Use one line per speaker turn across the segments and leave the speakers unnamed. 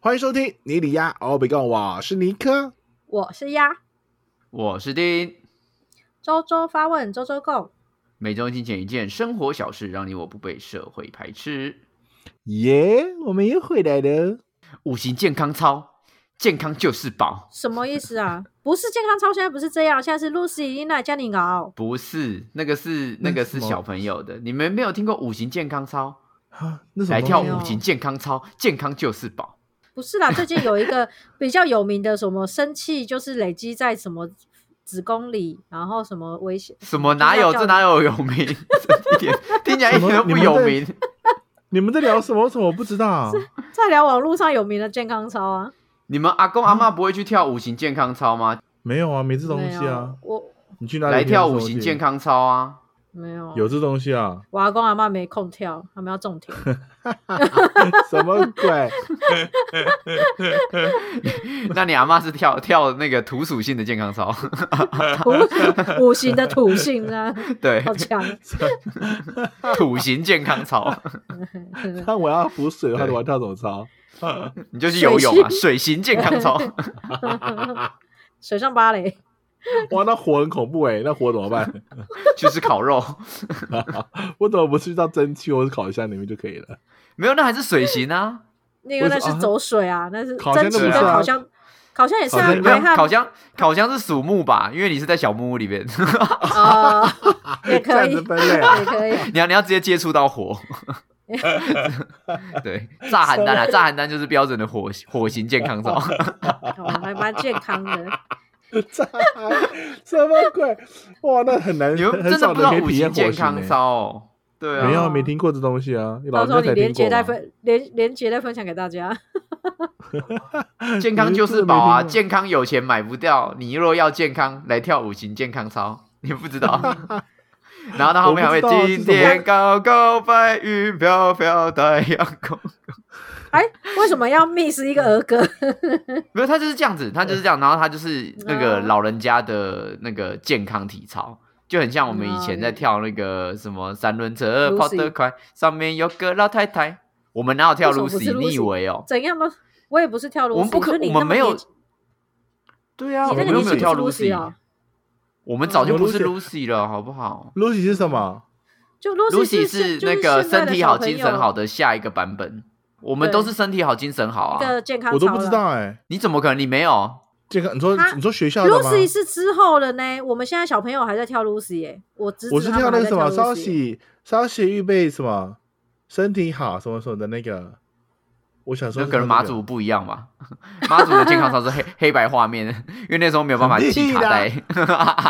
欢迎收听尼里亚奥比贡，我是尼克。
我是鸭，
我是丁，
周周发问，周周共。
每周精选一件生活小事，让你我不被社会排斥。
耶、我们又回来了。
五行健康操，健康就是宝，
什么意思啊？不是健康操，现在不是这样，现在是露西伊娜加你熬。
不是那个是那个
那是
是
什么
小朋友的，你们没有听过五行健康操？
啊，那什么
来跳
东西
五行健康操，健康就是宝。
不是啦，最近有一个比较有名的什么生气，就是累积在什么子宫里，然后什么危险。
什么哪有
就是要叫
这哪有有名？这一 点听起来一点都不有名。
你们在聊什么？为什么我不知道？
在聊网络上有名的健康操啊，
你们阿公阿妈不会去跳五行健康操吗？
没有啊，没这东西
没
啊
有。我
你去哪里
来跳五
这
行
东西
健？康操啊！
没有。
有这东西啊？
我阿公阿妈没空跳，他们要种田。
什么 鬼？
那你阿妈是跳跳那个土属性的健康操，
五五行的土性啊，
对，
好强。
土型健康操。
那我要浮水的话，
对
我要跳怎么操？
你就去游泳啊，水型健康操。
水上芭蕾，
哇，那火很恐怖哎、那火怎么办？
去吃烤肉，
我怎么不去到蒸汽或者烤箱里面就可以了？
没有，那还是水型啊。
那个那
为什
是
么
走水啊，那是
烤箱
蒸
那
汽
不
跟
是啊
烤箱，烤箱也是
烤
啊
箱，
没有
排汗
烤箱，烤箱是属木吧？因为你是在小木屋里面，
啊，
这
也可
样
以，
子
也
分类啊？
可以。
你要你要直接接触到火。对，炸邯郸啊，炸邯郸就是标准的火火型健康操。
好，哦还蛮健 康的。
炸 什么鬼？哇，那很难，
你们
很
真的
少
不知道
人可
五
以体验
行
火
健
星
康
欸
操哦？对
没
啊，
有，没听过这东西啊，老
到时
人家
候你
才
连
听
结
过
再
嘛。
分连连结再分享给大家。
健康就是宝
你
啊！
们真
健康有钱买不掉，你若要健康，来跳五行健康操， 你不知 道。然后到后面还会
我不知道
今天高高白云飘飘太阳 公，
哎，为什么要 miss 一个儿歌？
没有，他就是这样子，他就是这样，然后他就是那个
哦
老人家的那个健康体操，就很像我们以前在
哦
跳那个什么三轮车呃
Lucy
跑得快，上面有个老太太。我们哪有跳
为什么不是
Lucy？你以
Lucy？
为哦？
怎样呢？我也不是跳 Lucy，
我们不可
就你
我们
那么
没有
年纪
对啊，
你
我
那
们
个
又
年
没
纪
有
不是
跳
Lucy 哦，
我们早就不是
嗯我
Lucy 了，好不好？
Lucy 是什么？
就 Lucy
Lucy
是
是
就
那
是
个
现在
身
的
体
小
好、
朋
精
友
神好的下一个版本。我们
对
都是身体好、精神好
一
啊！
个健康
我都不
操
知
啦
道哎。
你怎么可能？你没有？
健康，你说
他
你说学校的吗？
Lucy 是之后的呢，我们现在小朋友还在跳 Lucy 耶、我侄
我
子
是
他
跳
们
那个
还在
什么
跳
稍
Lucy，
息稍息预备什么身体好什么什么的那个。我想说
那
是
可能
那
马
个
祖不一样 吧。马祖的健康操 是黑黑白画面，因为那时候没有办法记卡带。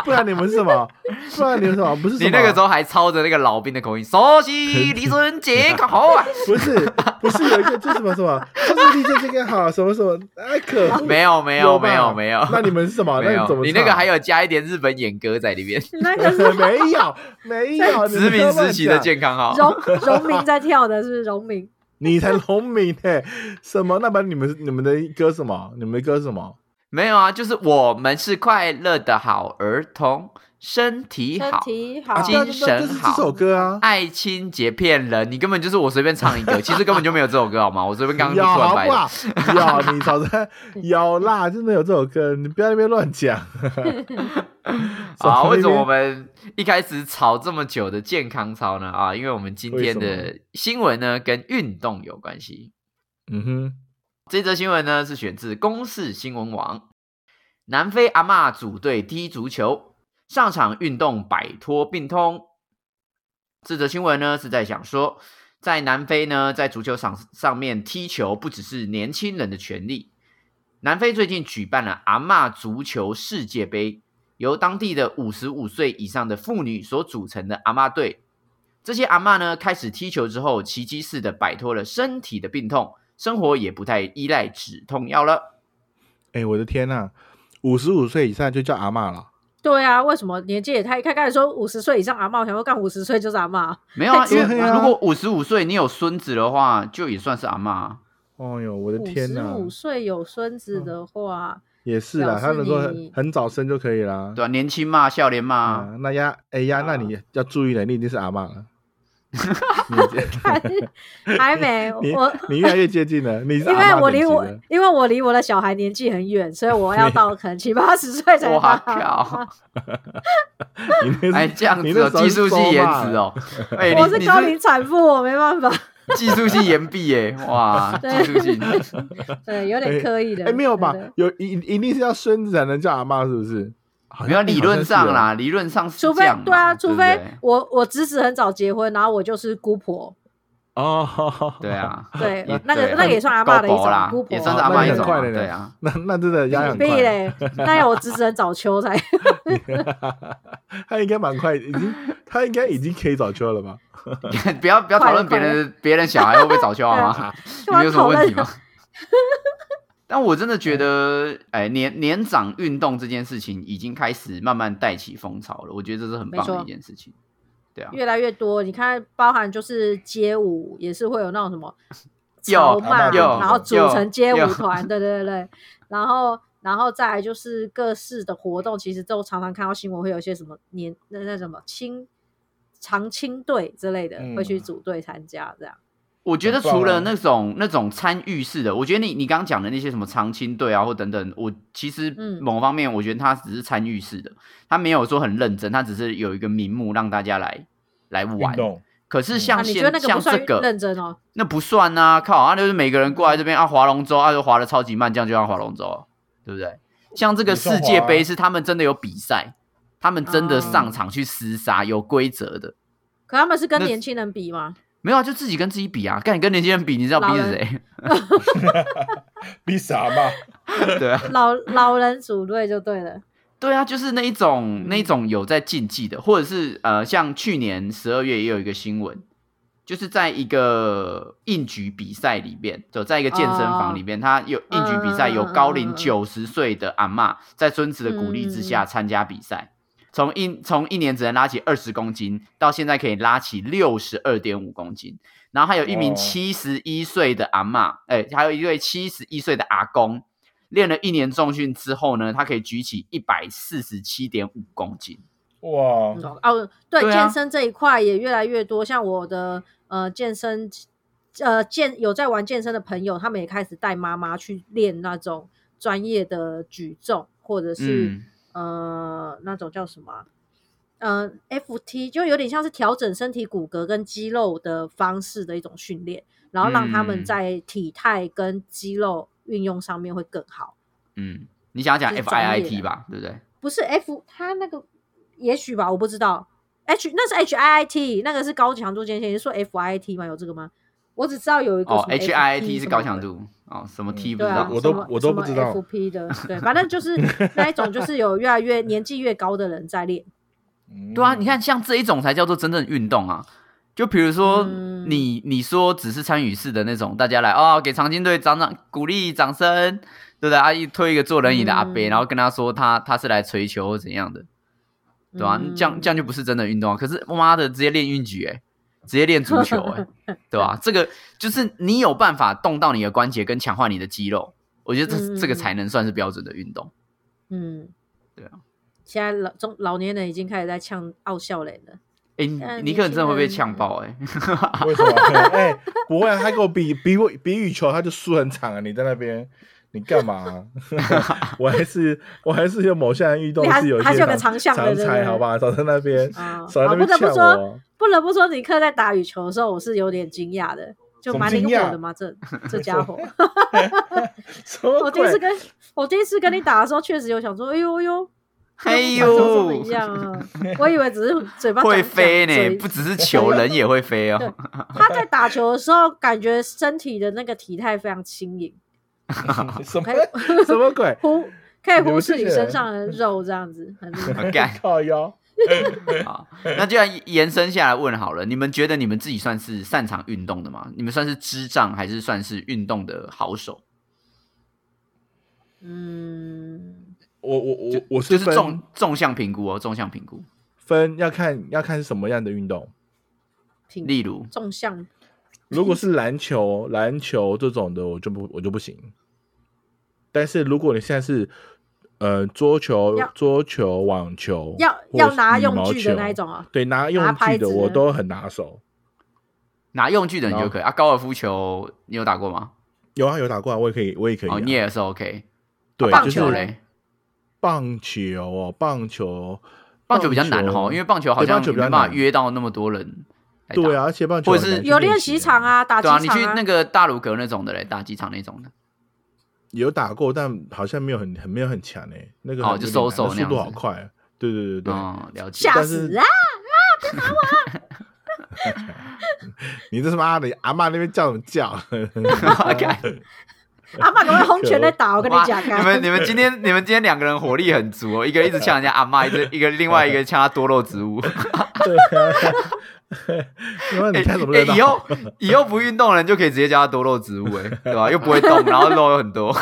不然你们是什么？不然你们什么？不是什
你
么
那个时候还操着那个老兵的口音，熟悉李 尊健康好啊！
不是不是有一个就是什么什么，就是立正健康好什么什么，哎可恶
没有没有
吧
没有没有
那你们是什么？
没
那
有
你怎，么唱？啊
你那个还有加一点日本演歌在里面，
那个是
没有没有？你
殖
们不要
民时期的
乱讲
健康好。
荣 荣民在跳的，是不是荣民？
你才农民呢、什么？那把你们你们的歌什么？你们的歌什么？
没有啊，就是我们是快乐的好儿童，身体
身
好，
体
啊，对啊
好，
精
对啊
神
这是这
好
首歌啊。
爱清洁骗人，你根本就是我随便唱一个，其实根本就没有这首歌好吗？我随便刚刚就
有
突然
好
掰
不
的。
好？有你早在有啦，真的有这首歌，你不要在那边乱讲。
啊，为什么我
们
们一开始吵这么久的健康操呢？啊，因为我们今天
为什
的新闻呢跟运动有关系。
嗯哼，
这则新闻呢是选自公视新闻网，南非阿嬷组队踢足球，上场运动摆脱病痛。这则新闻呢是在讲说，在南非呢，在足球场上面踢球不只是年轻人的权利。南非最近举办了阿嬷足球世界杯，由当地的五十五岁以上的妇女所组成的阿嬷队。这些阿嬷呢，开始踢球之后，奇迹似的摆脱了身体的病痛，生活也不太依赖止痛药了。
哎、我的天呐、五十五岁以上就叫阿嬷了。
对啊，为什么年纪也太？他刚才说五十岁以上阿嬷，我想说干五十岁就是阿嬷，
没有啊，因
对
啊
为如果五十五岁你有孙子的话，就也算是阿嬷啊。
哦呦，我的
五
天
十
呐、
五岁有孙
嗯
子的 话，
也是啦，
表示
他能够很
你
很早生就可以啦。
对啊，年轻嘛，笑脸嘛，
啊，那呀，哎呀，那你要注意了，你已经是阿嬷了。
你
看还 没
你
我。
你越来越接近了，你是
因
阿
为
嬷
我
等
离
级
我
的，
因为我离我的小孩年纪很远，所以我要到可能七八十岁才
这，哇靠！
你 那是
哎，这样
你
子
那
哦，
时候
技
是
术系
收
延
嘛
迟哦。哎，
我
你
是
你
高龄产妇，我没办法，
技术系岩壁耶，哇，技
对
术系，
对，有点刻意的。
哎，没有吧
对？对
有一一定是要孙子才能叫阿嬷，是不是？好
没
像
有理论上，
哎好像是哦
啦，理论上是
除
这
非
样嘛
对啊，除
不
非
对
我我侄子很早结婚，然后我就是姑婆，
哦，
对，啊，
对
也，
那个
对
那个也算阿
狗
爸的一
狗啦
种，姑婆
也
啊，
算是阿
那
嬷
你
一
很
种
快
嘛，
的呢
对啊，
那那真的压力很
必
快，
嘞，那要我侄子很早秋才，
他应该蛮快，已 经他应该已经可以早秋了吧？
不要不要讨论别人别人小孩会不会早教
对
啊
啊？
你们有什么问题
干
吗？ 但我真的觉得，哎，年年长运动这件事情已经开始慢慢带起风潮了，我觉得这是很
没
棒的
错
一件事情。对啊，
越来越多，你看，包含就是街舞也是会有那种什么
有
潮嘛，
有啊有
然后组成街
有
舞团， 对对对对，然后然后再来就是各式的活动，其实都常常看到新闻会有一些什么年那那什么青长青队之类的、
嗯
会去组队参加这样。
我觉得
很棒
除了
啊
那种那种参与式的，我觉得你你刚刚讲的那些什么长青队啊或等等，我其实
嗯
某方面我觉得他只是参与式的，他没有说很认真，他只是有一个名目让大家来来玩。
动，
可是
啊，
像
你
现、
觉得那个
像
不
这
算
个
认真哦？
那不算啊，靠啊，就是每个人过来这
嗯
边啊划龙舟啊就划的超级慢，这样就像划龙舟，对不对？像这个
也算
世界
划啊
杯是他们真的有比赛，他们真的
哦
上场去厮杀，
嗯
有规则的。
可他们是跟
那
年轻人比吗？
没有啊，就自己跟自己比啊！干你跟年轻人比，你知道比
老
是
人
谁？
比啥嘛？
对啊，
老老人组队就对了。
对啊，就是那一种
嗯
那一种有在竞技的，或者是呃，像去年十二月也有一个新闻，就是在一个应举比赛里面，就在一个健身房里面，他有应举比赛，
嗯
有高龄
哦嗯嗯嗯
九十岁的阿嬷在孙子的鼓励之下参加比赛，从一从一年只能拉起二十公斤，到现在可以拉起六十二点五公斤。然后还有一名
哇
哦
七十一岁的阿嬷，哎、还有一位七十一岁的阿公，练了一年重训之后呢，他可以举起一百四十七点五公斤。
哇
嗯哦，对，
对啊
健身这一块也越来越多，像我的呃健身呃健有在玩健身的朋友，他们也开始带妈妈去练那种专业的举重，或者是、
嗯，
呃那种叫什么啊、嗯、FT 就有点像是调整身体骨骼跟肌肉的方式的一种训练，然后让他们
嗯
在体态跟肌肉运用上面会更好。
嗯，你想要讲
就是
F
专
I I
业
T
的
吧，对不对？
不是 F，他那个也许吧，我不知道。H 那是 H I I T，那个是高强度间歇，你是说 F I I T 吗？有这个吗？我只知道有一个
哦
什么
，H I I
FP
T
什
是
么
高强
的，
度哦，什么 T 不
对
知
啊
道，
我都
什么
我都不知道
什么 FP 的，对，反正就是 那一种，就是有越来越年纪越高的人在练，
对
嗯
啊，你看像这一种才叫做真正的运动啊。就比如说
嗯
你你说只是参与式的那种，大家来哦，给长青队掌掌鼓励掌声，对不对？阿姨推一个坐轮椅的阿伯，
嗯
然后跟他说他他是来锤球或怎样的， 对吧、
嗯
这样这样就不是真的运动啊。可是妈的，直接练运举、欸，直接练足球、 欸，对吧、这个就是你有办法动到你的关节跟强化你的肌肉，我觉得这、
嗯嗯
这个
嗯
才能算是标准的运动。
嗯，
对啊。
现在老中老年人已经开始在呛傲笑脸了，
哎、你
但
尼克
年
真的会
轻
被
人
呛爆哎、
为 什么？哎，不会啊，他给我比比我比羽球，他就输很惨啊！你在那边。你干嘛 啊、我还是我还是有某项运动
你还
是有一
还
些
是有个
长
长项的对不
才，
对
好吧？少在那边，
啊
少在
啊
那边
不得不
呛
说
我。
不得不说，尼克在打羽球的时候，我是有点惊讶的，就
怎么
蛮灵
惊讶
活的 嘛，这这家伙。
什么
我第一
鬼
次跟我第一次跟你打的时候，确实有想说，哎呦哎呦，
哎
跟我们
呦
长得这么，一样啊！我以为只是嘴 巴
会
长
飞呢，
嘴
不只是 球，人也会飞哦。
他在打球的时候，感觉身体的那个体态非常轻盈，
什
可
么
以
什么鬼？
忽可以
你
忽
们这
视你
些
身
人
上的肉，这样子很厉害。
干
靠腰，
好，那就然延伸下来问好了，你们觉得你们自己算是擅长运动的吗？你们算是智障还是算是运动的好手？
嗯，
我我我我
就是是
分
纵纵向评估哦，纵向评估。
分要看要看是什么样的运动。
挺
例如，
纵向
如果是篮球，篮球这种的我就不我就不行。但是如果你现在是呃桌球
要、
桌球、网球，
要
或
要
是
拿
羽
用
毛
具的
球
那一，种啊，
对，拿用
拍
具的
子
我
的
都很拿手。
拿用具的你就可以啊。高尔夫球你有打过吗？
有啊，有打过啊，我也可以，我也可以、啊。
哦，你也是 OK。
对，
棒
就
球
是
嘞，
棒球哦，棒球，
棒球比较难哦，因为棒球好像
对棒球
没
比较
办法
难
约到那么多人来打。
对啊，而且棒球
或者是
很难去
有练习场啊，打
对
几
啊，
场
你去那个大鲁阁那种的嘞，打机场那种的。
有打过，但好像没有很很没有很强诶、那个
哦
很
就
有点难
so-so
那
那样
速度
子
好快啊，对对对对，
嗯，了解。
吓
但是
死啊！
你这他妈的阿妈那边叫什么 叫？
阿妈赶快轰拳在打， 我跟你
哇
讲，啊
你们你们今天你们今天两个人火力很足哦，一个一直呛人家阿妈，一个一个另外一 个呛他多肉植物。
对啊，因为你看什么热闹？
欸以后以后不运动的人就可以直接叫他多肉植物、欸，对吧？又不会动，然后肉又很多。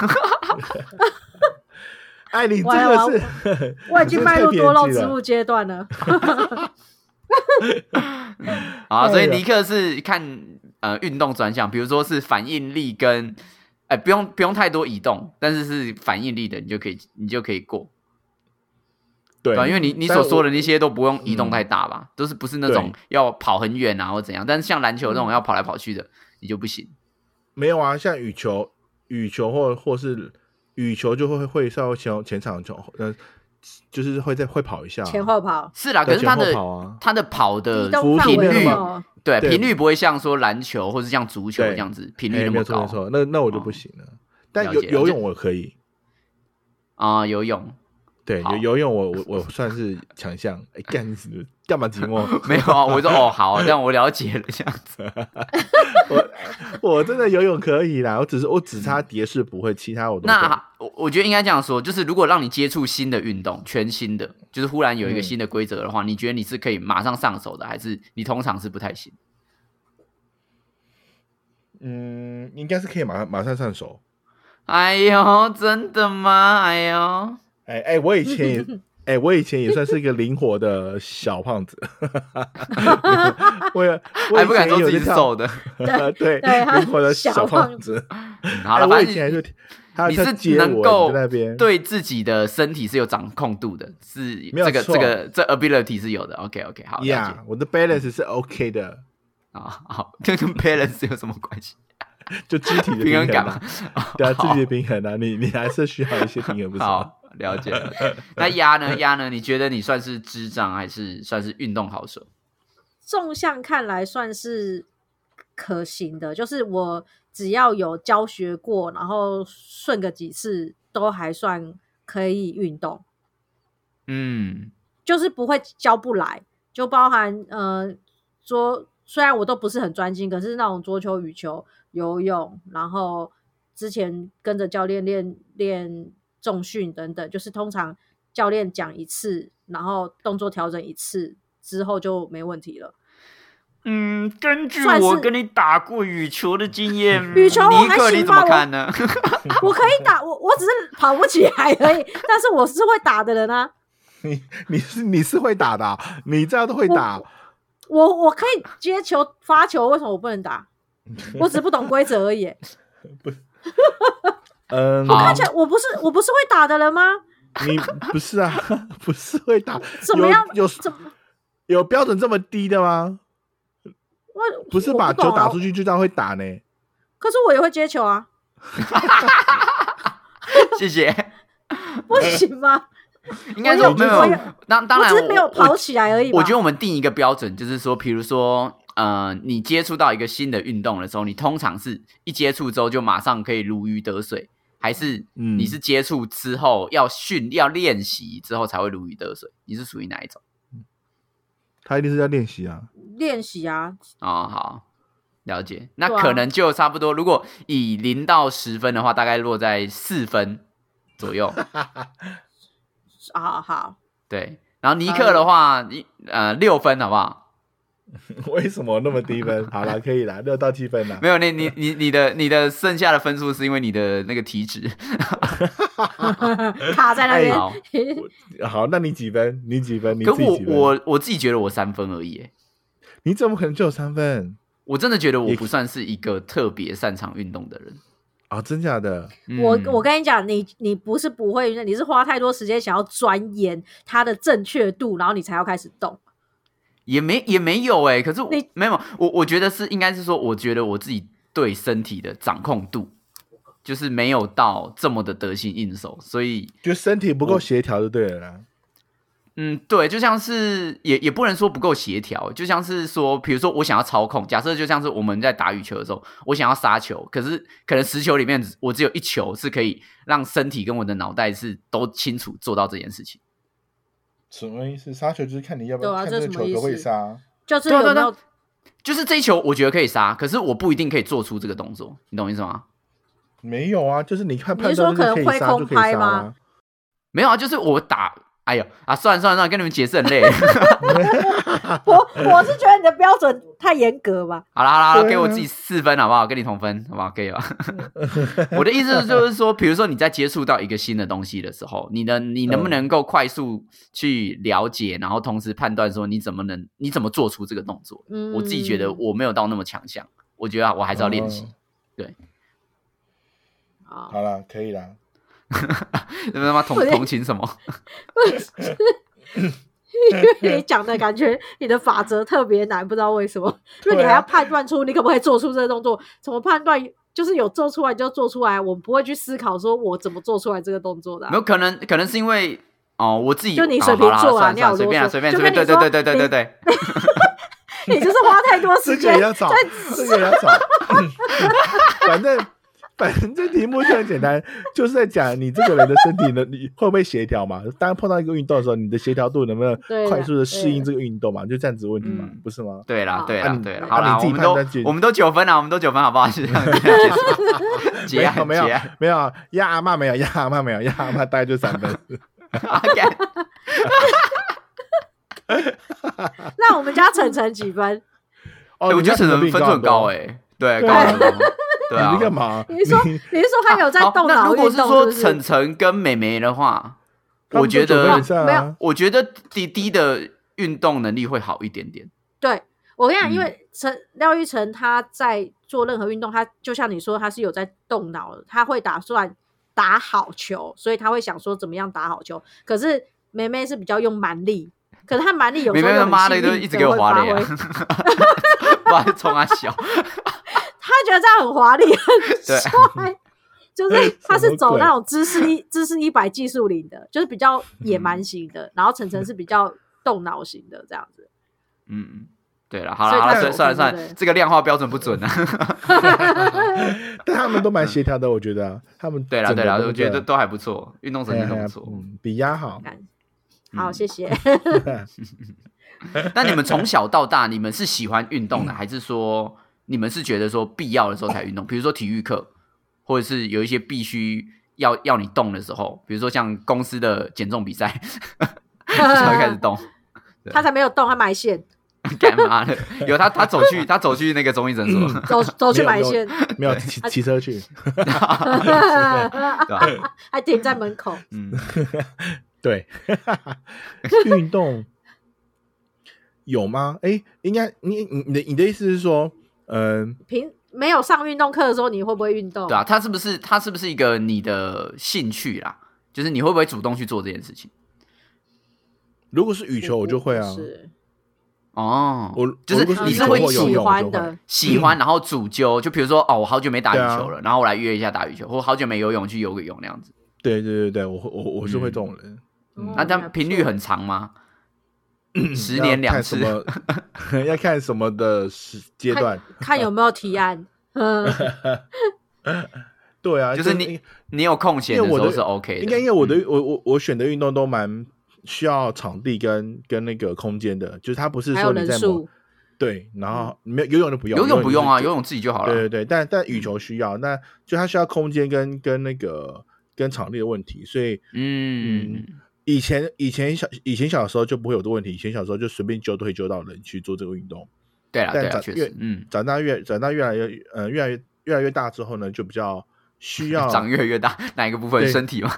哎，你这
完了
个是，
我已经迈入多肉
你真是太偏激
植
了
物阶段了。
啊，
哎呀
所以尼克是看呃运动专项，比如说是反应力跟，哎、不用不用太多移动，但是是反应力的，你就可以你就可以过，
对
对吧？因为你你
但
所说的
我
那些都不用移动
嗯
太大吧，都是不是那种要跑很远啊或怎样，但是像篮球那
嗯
种要跑来跑去的，你就不行。
没有啊，像羽球、羽球或或是羽球就会会稍微前前场就呃，就是会再会跑一下啊，
前后跑，
是啦，可
对
是他
前后
的
跑啊
他的跑
移
的
动范
幅度
围
没
频呃率
有那
哦，
对
对
频率不会像说篮球或是像足球
对
这样子频
哎
率那
没
么
有错
高嗯
没错，那那我就不行了。但
了
游
解
游
了解
泳我可以，
啊、游泳
对
好
游游泳我我我算是强项。哎，干你干嘛紧我？
没有啊？我说哦 好，但我了解了这样子。
我真的游泳可以啦，我只是我只差蝶式不会，其他我都
嗯那
会。
好我我觉得应该这样说，就是如果让你接触新的运动，全新的，就是忽然有一个
嗯
新的规则的话，你觉得你是可以马上上手的，还是你通常是不太行？
嗯，应该是可以马上马上上手。
哎呦，真的吗？哎呦，
哎哎，我以前也 哎，我以前也算是一个灵活的小胖子， 我也我
还
以
不敢
前
说
也有
自己
在
是
跳
瘦， 的。
对
对他
灵活的
小
小
胖
胖子。
嗯好了，
哎我
反
以前
正
就他
你
他
是
接
能
我
够
在那边，
对自己的身体是有掌控度的，是
没有
这个
错
这个这 ability 是有的。OK OK，好，了解
呀，我的 balance 是 OK 的，
啊，好，这跟 balance 有什么关系？
就肢体的
平衡
衡
感嘛
啊，，对 啊，
好
肢体的平衡啊，你你还是需要一些平衡，不是吗？
好，了解了解。那鸭 呢？鸭呢？你觉得你算是智障还是算是运动好手？
纵向看来算是可行的，就是我只要有教学过，然后顺个几次，都还算可以运动，
嗯，
就是不会教不来，就包含呃桌，虽然我都不是很专精，可是那种桌球、羽球、游泳，然后之前跟着教练练练重训等等，就是通常教练讲一次，然后动作调整一次之后就没问题了。
嗯，根据
算是
我跟你打过羽球的经验，
羽球我
尼
还
克你
行
怎么
吧我
看呢？
啊我可以打，我我只是跑不起来而已，但是我是会打的人啊。
你你是你是会打的啊、你这样都会打，
我我可以接球发球，为什么我不能打？我只是不懂规则而已。
嗯，
好
看起来我不是我不是会打的人吗？
你不是啊， 不是会打，
怎么样
有有
怎么
有标准这么低的吗？
我
不是把
我
球
懂啊
打出去就这样会打呢？
可是我也会接 球啊，
谢谢。
不行吗？
应该说
我
没
觉
有没
得
我
有
也，
当当
我
然
只是没有
我
跑起来而已嘛。
我觉得我们定一个标准，就是说，比如说，呃，你接触到一个新的运动的时候，你通常是一接触之后就马上可以如鱼得水，还是
嗯
你是接触之后要训要练习之后才会如鱼得水？你是属于哪一种？
他一定是要练习啊。
练习啊，
哦，好，了解。那
对啊
可能就差不多，如果以零到十分的话，大概落在四分左 右。
好好，
对，然后尼克
嗯
的话，你呃六分好不好？
为什么那么低分？好了，可以啦，六到七分啦
没。有，你
嗯
你你你的你的剩下的分数是因为你的那个体 脂。
卡在那
好
边。
好，那你几分？你几分？你
可
自己
我
几分？
我我自己觉得我三分而已耶，
你怎么可能只有三分
我真的觉得我
也
不算是一个特别擅长运动的人。
啊、真假的？
嗯
我我跟你讲，你你不是不会，你是花太多时间想要钻研它的正确度，然后你才要开始动。
也没也没有哎、可是我
你
没有，我我觉得是应该是说，我觉得我自己对身体的掌控度就是没有到这么的得心应手，所以
就身体不够协调就对了啦。
嗯，对，就像是也也不能说不够协调，就像是说，比如说我想要操控，假设就像是我们在打羽球的时候，我想要杀球，可是可能十球里面只我只有一球是可以让身体跟我的脑袋是都清楚做到这件事情。
什么意思？杀球就是看你要不要、
对啊
看
这
这个
什么
球
意
可不可以
思
杀。
就是
对啊对
有
啊
没
对啊
有
就是这一球，我觉得可以杀，可是我不一定可以做出这个动作，你懂我意思吗？
没有啊，就是你看
你
判
是
断
说
这个
可能
可以
挥
杀就
空
可以
拍
杀
吗
啊。
没有啊，就是我打，哎呦啊，算了算了，算了，跟你们解释很累。 啊
我我是觉得你的标准太严格吧。
好啦好啦好啦，
对啊
给我自己四分好不好？跟你同分好不好？可 以吧？我的意思就是说，比如说你在接触到一个新的东西的时候，你能你
嗯
能不能够快速去了解，然后同时判断说你怎么能你怎么做出这个动作？
嗯，
我自己觉得我没有到那么强项，我觉得我还是要练习
哦。
啊
好啦，可以啦。
你们他妈同
我在
同情什 么？
因为你讲的感觉，你的法则特别难，不知道为什么，因为你
对啊
还要判断出你可不可以做出这个动作，怎么判断？就是有做出来就做出来，我们不会去思考说我怎么做出来这个动作的啊、
没有可能，可能是因为哦，我自己
就你
哦
水瓶
好啦
座啊
算了
你
算了
好
随便啊
啰嗦
随便
就
随便，
跟你
对对
说
对对对对对。
你就是花太多
这
时
个也
间
要找，这个也要 找。反正反正这题目就很简单，就是在讲你这个人的身体能你会不会协调嘛？当碰到一个运动的时候，你的协调度能不能
对啦啊
快速的适应这个运动嘛？就这样子的问题嘛
嗯，
不是吗？
对啦
好，
对
啊
啦
你，
对啦，
啊
好啦，
你自
我
己
们
判断
都
决
我们都九分啊啦，我们都九分，好不好？是这样，这样结 束 结案，
没有
结案
没有压阿妈没有压阿妈没有压阿妈大概就 三分。
啊干
哦
那我们家晨晨几分？
哦，
哎我
你
觉得
家
沈
可能比
腾分
你
数
高
很高
多，
哎，对，
对
高
啊
很多， 对啊
你。干嘛？
你是 说你是说他有在
好
动
那
脑
如
运
果
动是
说
不是
晨晨跟美眉的话，
他
我
们都
觉
九分
得
以上
没有
啊
我觉得滴滴的运动能力会好一点点。
对我跟你讲，
嗯
因为陈廖玉成他在做任何运动，他就像你说，他是有在动脑的，他会打算打好球，所以他会想说怎么样打好球。可是梅梅是比较用蛮力，可是她蛮力有
美
时候
眉
又
他
很
妈的
细
就
腻
一直
怎
给我
么
滑
发
脸啊
挥，
不然冲他笑。
他觉得这样很 华丽，很
对
帅。就是他
哎什
是
么
走
鬼
那种知识一知识一百技术领的，就是比较野蛮
嗯
型的，然后晨晨是比较动脑型的这样子。
嗯，对了，好了
所以
好
他
了，
有
算算了
分
算
对
了
不，对
这个量化标准不准啊。
但他们都蛮协调的，我觉得啊他们
对了
整个
对了，
都
我觉得
对
都还不错，运动神
哎
经都
呀
不错。
嗯比鸭好。
啊好，
嗯
谢谢。
那你们从小到大，你们是喜欢运动的，还是说你们是觉得说必要的时候才运动？比如说体育课，或者是有一些必须要要你动的时候，比如说像公司的减重比赛才会开始动。对
他才没有动，他埋线，
干嘛的？有他，他走去，他走去那 个中医诊所，
走走去
没有
埋
没有
线。
没有
啊
骑骑车去，
对吧？
还停在门口。
嗯，
对， 运动有吗？哎，应该你你你的你的意思是说，嗯、
平没有上运动课的时候，你会不会运动？
对啊，他是不是他是不是一个你的兴趣啦？就是你会不会主动去做这件事情？
如果是羽
我，
球，我就会啊
我。嗯是嗯
哦，
我
就是
我如果
你
羽
是
球
会
或游
喜
喜
泳我
欢
就会
的，
喜欢，然后主揪，就比如说哦，我好久没打羽
嗯对啊嗯
球了，然后我来约一下打羽球，或好久没游泳去游个泳那样子。
对对对对，我会我我是会这种人。
嗯
那这
还
样
不
频率很长吗？啊十年
嗯要
两
看什
次，
么要看什么的时阶段。
看有没有提案。嗯，
对啊，
就是你 你有空闲的
因
时
为我
候
的
是 OK 的。嗯
应该因为我的、我我我选的运动都蛮需要场地跟跟那个空间的，就是它不是
还
说
有
你
人
在某
数，
对，然后没有游泳就不用，
嗯游泳不用啊，
就
游泳自己就好
对
了嗯
对。对，但但羽球需要，那就它需要空间跟跟那个跟场地的问题，所以
嗯，
以前以前小以前小时候就不会有这个问题，以前小时候就随便揪都会揪到人去做这个运动，
对了对
但
了，
长
确
越
实，嗯，
长大越长大越来越呃越来越越来越大之后呢，就比较需要
长越来越大， 哪一个部分
哦对
身体嘛？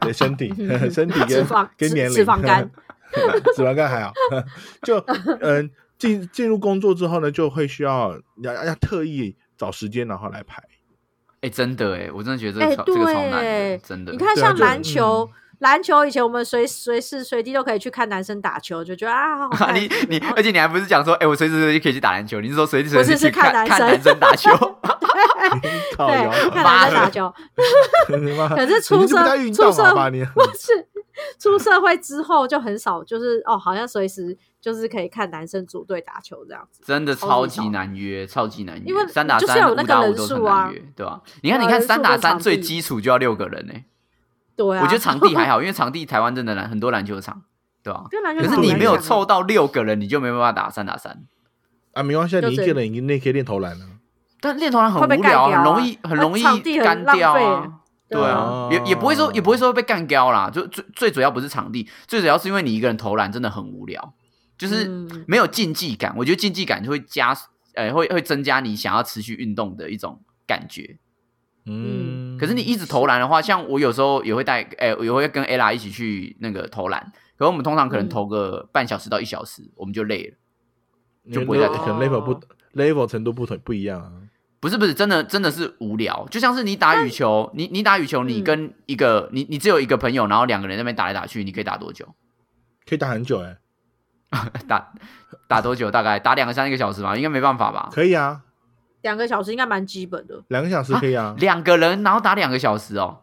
对身 体
嗯
身体
脂
跟
肪
跟
脂
年龄
脂肪肝
脂肪肝还好，就嗯进进入工作之后呢，就会需要要要特意找时间然后来排，
哎，真的哎，我真的觉得
哎
这个超这个超
对
难的，真的。
你看
对啊
像
就
篮球，篮球以前我们随随时随地都可以去看男生打球，就觉得啊，好好看
你你，而且你还不是讲说，哎、我随时随地可以去打篮球，你是说随时随
不
地
是是
去
看
看
男生
男生打球？
靠腰，
对，看
妈
男生
的
打球，
妈
可是
你
出
这
社
不叫运
出
动
社
好吧你？
不是出社会之后就很少，就是哦，好像随时就是可以看男生组队打球这样子。
真的超
超级
级
少
难约，超级难约，
因为
三打
就是
三、
要有
五
那个
打五
人
都是很
数啊
难约，对吧、你看，你
呃
看
人数
三打
跟
三
场
最
地
基础就要六个人呢、
对啊，
我觉得场地还好，因为场地台湾真的篮很多篮球场，对 吧、
跟篮球
可是
场
你
来
没有
讲
凑到六个人，你就没办法打三打三。
啊，没关系，
就
你一
是
个人已经那可以练投篮了。
但练投篮很
会被
无聊啊，
干掉
很
啊
容易很
那
容易
场地很
干
浪
掉
费
啊。对啊
哦，
也也不会说也不会说被干掉啦，就最最主要不是场地，最主要是因为你一个人投篮真的很无聊，就是
嗯
没有竞技感。我觉得竞技感就会加，呃，会会增加你想要持续运动的一种感觉。
嗯，
可是你一直投篮的话，像我有时候也会带，哎、我也会跟 ella 一起去那个投篮。可是我们通常可能
嗯
投个半小时到一小时，我们就累了。就不
因为
会再
level-
打
可能 level 不 level 程度不同不一样啊。
不是不是，真的真的是无聊，就像是你打羽球，你你打羽球，你跟一个、你你只有一个朋友，然后两个人在那边打来打去，你可以打多久？
可以打很久哎、
打打多久？大概打两个三个小时吧，应该没办法吧？
可以啊，
两个小时应该蛮基本的。
两个小时可以啊，
两个人然后打两个小时哦，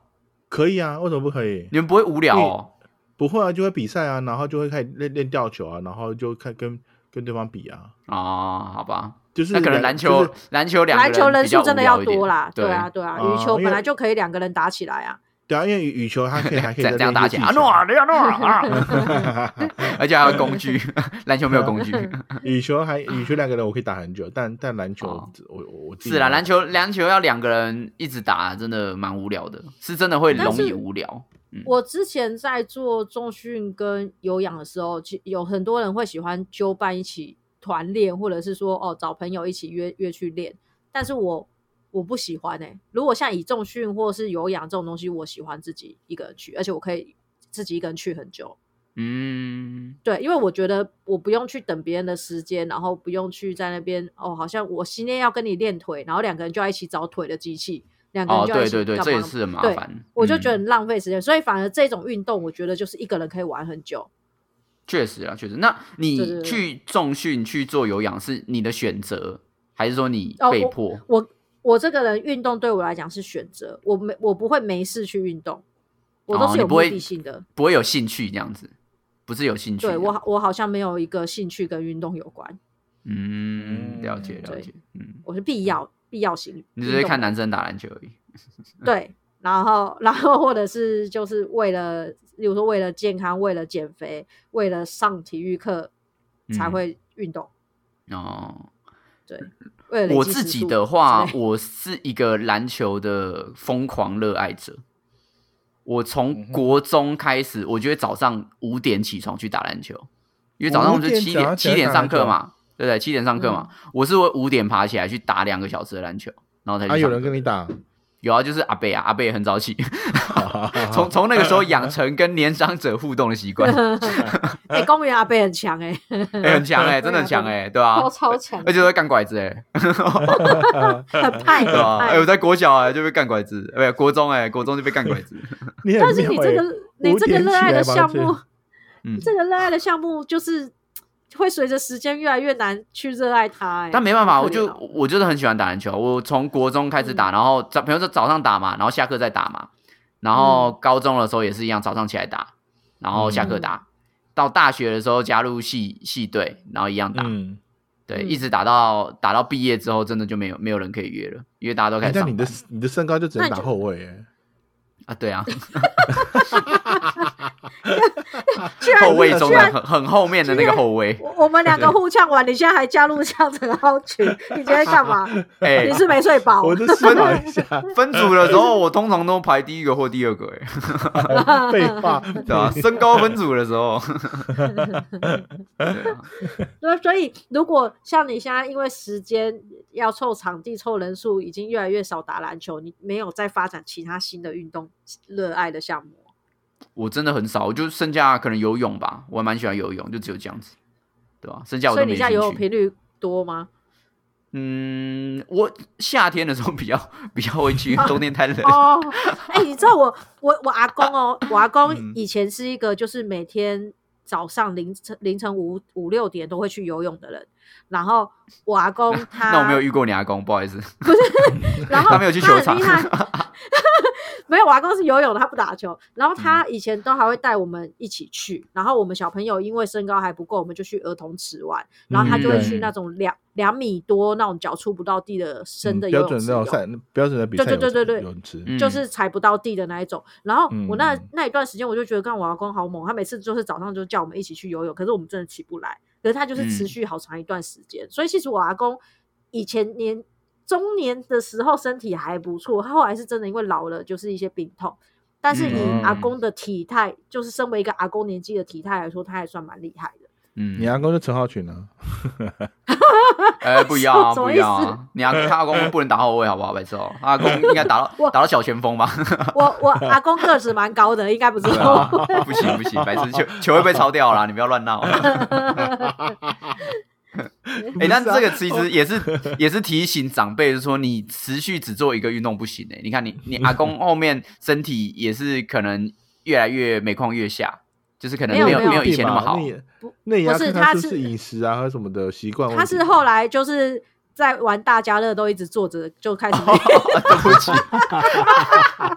可以啊，为什么不可以？
你们不会无聊哦？
不会啊，就会比赛啊，然后就会开始练练吊球啊，然后就看跟跟对方比啊，
哦，好吧，
就是
那可能
两
篮球、
就是
篮球两个
篮球人
比较
数
无
真的
聊
要
一点
多啦，
对
对啊，对啊，
哦
羽球
因为
本来就可以两个人打起来啊，
对啊，因为羽羽球它可以还可 以
这
再
样这样打
练一
起
些
来，
技
啊诺
巧
啊诺啊诺 啊，而且还有工具，篮球没有工具。
羽球还羽球两个人我可以打很久，但但篮球
哦
我我我自己
是啦，
没有
篮球篮球要两个人一直打，真的蛮无聊的，是真的会
但
容
是
易无聊。
我之前在做重训跟有氧的时候，其有很多人会喜欢揪伴一起团练，或者是说哦找朋友一起约约去练。但是我我不喜欢哎、如果像以重训或是有氧这种东西，我喜欢自己一个人去，而且我可以自己一个人去很久。
嗯，
对，因为我觉得我不用去等别人的时间，然后不用去在那边哦，好像我今天要跟你练腿，然后两个人就要一起找腿的机器，两个
哦，
人就要
对
一起
对对，
干
这也
嘛
是很麻
对
烦。
我就觉得
嗯
很浪费时间，所以反而这种运动，我觉得就是一个人可以玩很久。
确实啊，确实。那
对对
你
对
去重训去做有氧是你的选择，还是说你
哦
被迫？
我我这个人运动对我来讲是选择，我没我不会没事去运动，我都
哦
是
你
有
不
目
会
的性的。
不会有兴趣这样子，不是有兴趣。啊
对我，好，我好像没有一个兴趣跟运动有关，
嗯，
嗯
了解了
对
解，嗯，
我是必要必要型。
你只是看男生打篮球而已。嗯
对，然后 然后或者是就是为了，比如说为了健康，为了减肥，为了上体育课才
嗯
会运动。
哦，
为了累
我
积
自
时
己
速
的话
之，类
我是一个篮球的疯狂热爱者。我从
嗯哼
国中开始，我就会早上五点起床去打篮球，因为早上我们就
5点
七
早
点
上起
七
来
点
打
上
篮球
课嘛，对不对？七点上课嘛，我是会五点爬起来去打两个小时的篮球，然后才去
啊，有
上
人
课
跟你打，
有啊，就是阿贝啊，阿贝也很早起，从
从
从那个时候养成跟年长者互动的习惯，
哎、公园阿贝很强哎、
哎很强哎，真的很强哎， 对吧？
超超强
而且都会干拐子哎，
很 派
对吧？
很
哎，我
派。
在国小哎就被干拐子，哎，国中哎，国中就被干拐子，
你很
但是你
妙
这
欸
个你
哎
五
这个
点
热
起
爱
来
的
吧
项
这
目，
嗯，
这个热爱的项目就是会随着时间越来越难去热爱它、哎，
但没办法，
好
我
可怜
就
哦
我就是很喜欢打篮球。我从国中开始打，然后早，比如说早上打嘛，然后下课再打嘛，然后高中的时候也是一样，早上起来打，然后下课打。到大学的时候加入系系队，然后一样打，
嗯，
对，
嗯
一直打到打到毕业之后，真的就没有没有人可以约了，因为大家都开
哎
始
但
上
你
班
的你的身高就只
那
能
你
打
就
后卫哎，
啊，对啊，
居然
后卫啊中
居
的
然
很很后面的那个后卫，
我我们两个互呛完，你现在还加入这样子的 号群，你今天干 嘛？
哎
你，是没睡饱？
我就思考一 下，
分组的时候我通常都排第一个或第二个，哎，
废 话，
对 吧？身高分组的时候，
那啊所以，如果像你现在因为时间要凑场地、凑人数，已经越来越少打篮球，你没有再发展其他新的运动热爱的项目，
我真的很少，我就剩下可能游泳吧，我还蛮喜欢游泳，就只有这样子，对吧、剩下我
所
都
以你
没
现在游泳
兴趣。
频率多吗？
嗯，我夏天的时候比较 比较会 去，冬天太冷。
哦，哎、你知道我我我阿公哦，我阿公
嗯
以前是一个就是每天早上凌晨凌晨五五六点都会去游泳的人，然后我阿公 他
那我没有遇过你阿公，不好意思。
然后
他没有去球
很
场
厉害没有，我阿公是游泳的，他不打球。然后他以前都还会带我们一起去，然后我们小朋友因为身高还不够，我们就去儿童池玩，然后他就会
嗯
去那种两两米多那种脚触不到地的深的
嗯
游
标
泳
准
池
那种
游
赛，标准的比赛
对对
泳池
对对对
游泳池，
嗯
就是踩不到地的那一种。然后我那、
嗯
那一段时间，我就觉得跟我阿公好猛，他每次就是早上就叫我们一起去游泳，可是我们真的起不来。可是他就是
嗯
持续好长一段时间，所以其实我阿公以前年中年的时候身体还不错，他后来是真的因为老了就是一些病痛。但是以
嗯
阿公的体态，就是身为一个阿公年纪的体态来说，他还算蛮厉 害的。
你
嗯，
阿公是陈浩群啊，
哎，不要啊
什么
不
意思
要啊，你阿他阿公不能打后卫好不好？白痴哦，阿公应该打 到
我
打到小前锋吧？
我我阿公个子蛮高的，应该不是
对
我
啊，不行不行，白痴球球会被抄掉啦，你不要乱闹。 哎、但
啊
这个其实也是 也是提醒长辈，就是说你持续只做一个运动不行哎、你看你你阿 公后面身体也是可能越来越每况愈下，就是可能
没有
没有
没有
以前那么好
那。也
不
那也要
不是
看他
他
是不是
是
饮食啊和什么的习惯问题。
他是后来就是在玩大家乐，都一直坐着就开始累，
对不起，
因为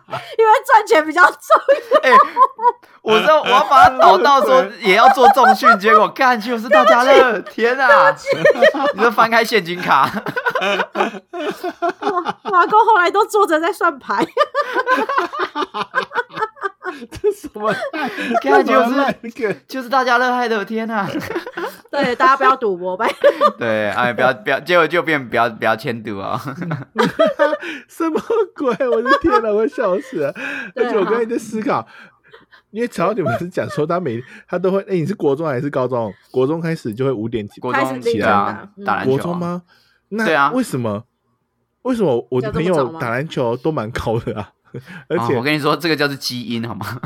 赚钱比较重。
哎、我知道我要把 他导到说
啊
也要做重训，结果看就是大家乐，天啊！ 你就翻开现金 卡，
我阿公后来都坐着在算牌，
什么烂？
看就
什么烂
是
梗
就是大家乐害的，天 啊！
对，大家不要赌博呗。
对，哎，不要不要，结果就变不要不要迁都啊！
什么鬼？我的天哪，我会笑死了！
对啊
而且我
好
刚才在思考，因为曹你不是讲说他每他都会，哎、你是国中还是高中？国中开始就会五点起，
国
开
中
始
起
立
来啊
正的嗯
打篮球啊
国中？吗？那
对啊
为什么？为什么我的朋
要这么早
友
吗
打篮球都蛮高的啊？ 而
啊
且、
我跟你说，这个叫做基因，好吗？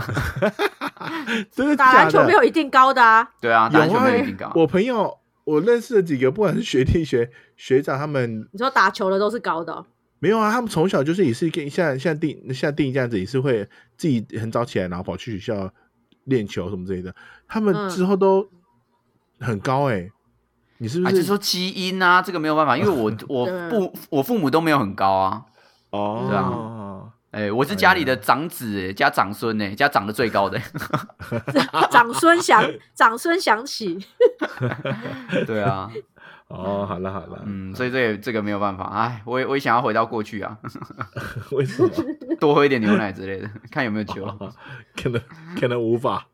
真的
打
假
篮
的？
球没有一定高的啊，
对啊，打篮
有
球
啊
没有一定高。
我朋友我认识的几个，不管是学弟学学长，他们
你说打球的都是高的哦、
没有啊，他们从小就是也是跟像像定像定这样子，也是会自己很早起来，然后跑去学校练球什么之类的。他们
嗯
之后都很高哎、你是不
啊，
是？
就说基因啊，这个没有办法，因为 我我
对
父我父母都没有很高啊。
哦，
对
哎、我是家里的长子、哎加长孙呢、哎加长得最高的、
长孙响，长孙响起，
对啊，
哦，好了好了，
嗯，所以这个这个没有办法。哎，我也我也想要回到过去啊，
为什么？
多喝一点牛奶之类的， 看有没有球。
可能可能无法。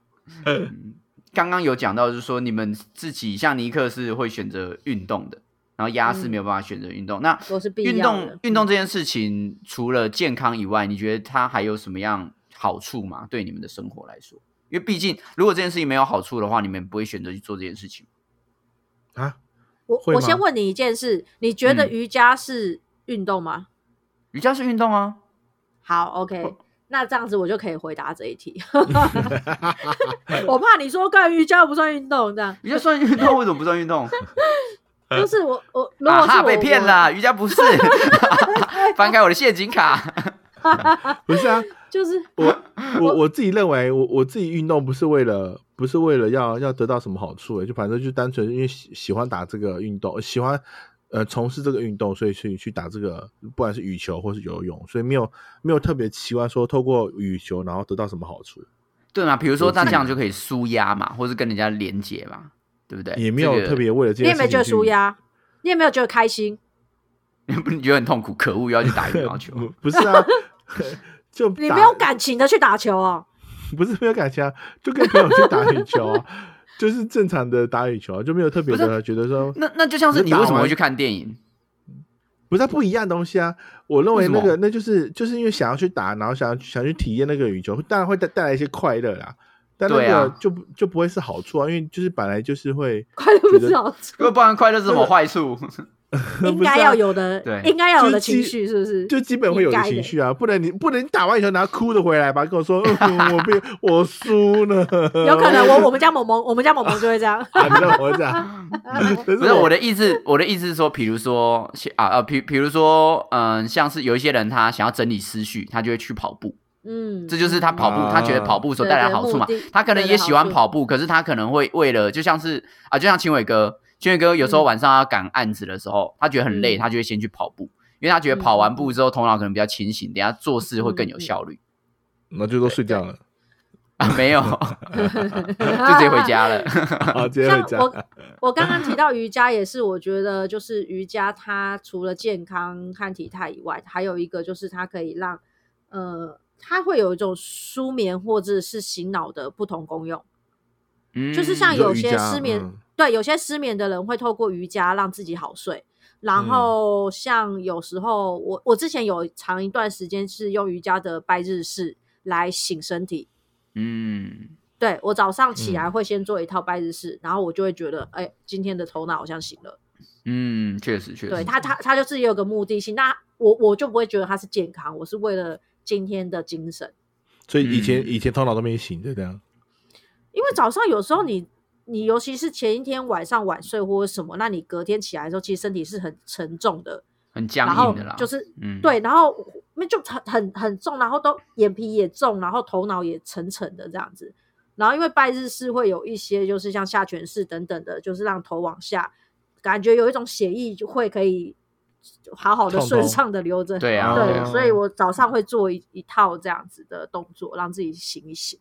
刚刚有讲到，就是说你们自己像尼克是会选择运动的，然后鸭是没有办法选择运动。那
都是必
运
要的。嗯
动运动这件事情，除了健康以外，你觉得它还有什么样好处吗？对你们的生活来说，因为毕竟如果这件事情没有好处的话，你们不会选择去做这件事情。
啊，
我
会吗
我先问你一件事，你觉得
嗯
瑜伽是运动吗？
瑜伽是运动啊，
好，OK。那这样子我就可以回答这一题， 我怕你说干瑜伽不算运动，这样
瑜伽算运动，为什么不算运动？
就是我我 如果
啊
是
哈，
我、
被骗
我
了，瑜伽不是。 翻开我的陷阱卡，
不是啊，
就是
我我我自己认为，我我自己运动不是为了不是为了要要得到什么好处、欸，就反正就单纯因为喜喜欢打这个运动，呃喜欢呃从事这个运动，所以去去打这个，不管是羽球或是游泳，所以没有没有特别期望说透过羽球然后得到什么好处，
对嘛？比如说，
我自
那
己
这样就可以舒压嘛，或是跟人家连接嘛，对不对？
也没有
这个
特别为了这
你
件
有
事情
没有觉得
去
舒， 压？你有没有觉得开心？
你觉得很痛苦，可恶，又要去打羽毛 球。
不不是啊，就
你
打
没有感情的去打球哦。
不是没有感情啊，就跟朋友去打羽球、啊， 就是正常的打羽球啊、就没有特别
不
的觉得说
那那就像是
你
你
打
为什么
完
会去看电影？
不是它不一样的东西啊！我认为那
为
个
什
那就是就是因为想要去打，然后想要想去体验那个羽球，当然会带带来一些快乐啦。但那
对
个
啊
就不、就不会是好处啊，因为就是本来就是会
快乐不是好处
因为不然快乐是什么坏处？啊
应该要有的，
对
应该要有的
就是基
情绪，是不是？
就基本会有
应
的
该
情绪啊，不能你不能你打完以后拿哭的回来吧，跟我说、 嗯、我被我输了，。
有可
呃
能我我们家萌萌，我们家萌萌就会这样
啊，你让我 讲，可
不是我的意思，我的意思是说，比如说像啊呃，比比如说嗯、像是有一些人他想要整理思绪，他就会去跑步，
嗯，
这就是他跑步，
啊
他觉得跑步所带来的好处嘛
对对目的。
他可能也喜欢
对对
跑步，可是他可能会为了就像是啊，就像青伟哥，青伟哥有时候晚上要赶案子的时候，他觉得很累，
嗯
他就会先去跑步，因为他觉得跑完步之后头脑可能比较清醒，等一下做事会更有效率
那就都睡觉了，
啊。没有，就直接回家了。
好， 直接回
像
家。
我，我刚刚提到瑜伽也是，我觉得就是瑜伽，它除了健康和体态以外，还有一个就是它可以让呃，它会有一种舒眠或者是醒脑的不同功用。
嗯
就是像
你说
有
瑜
些
伽
失眠，
嗯
对，有些失眠的人会透过瑜伽让自己好睡。然
嗯
后像有时候我我之前有长一段时间是用瑜伽的拜日式来醒身体。
嗯，
对我早上起来
嗯
会先做一套拜日式，然后我就会觉得，哎，今天的头脑好像醒了。
嗯，确实确实，
对他，他他就是有个目的性。那我我就不会觉得他是健康，我是为了今天的精神。
所以以前、
嗯
以前头脑都没醒，就这样。
因为早上有时候你你尤其是前一天晚上晚睡或者什么，那你隔天起来的时候，其实身体是很沉重的，
很
然
僵
后
硬的啦，
就是
嗯，
对，然后那就很很很重，然后都眼皮也重，然后头脑也沉沉的这样子。然后因为拜日式会有一些就是像下犬式等等的，就是让头往下，感觉有一种血液就会可以好好的
畅
顺
通
畅的流着。
对啊，
哦
对
对，
啊，
所以我早上会做一一套这样子的动作，让自己醒一醒。
哦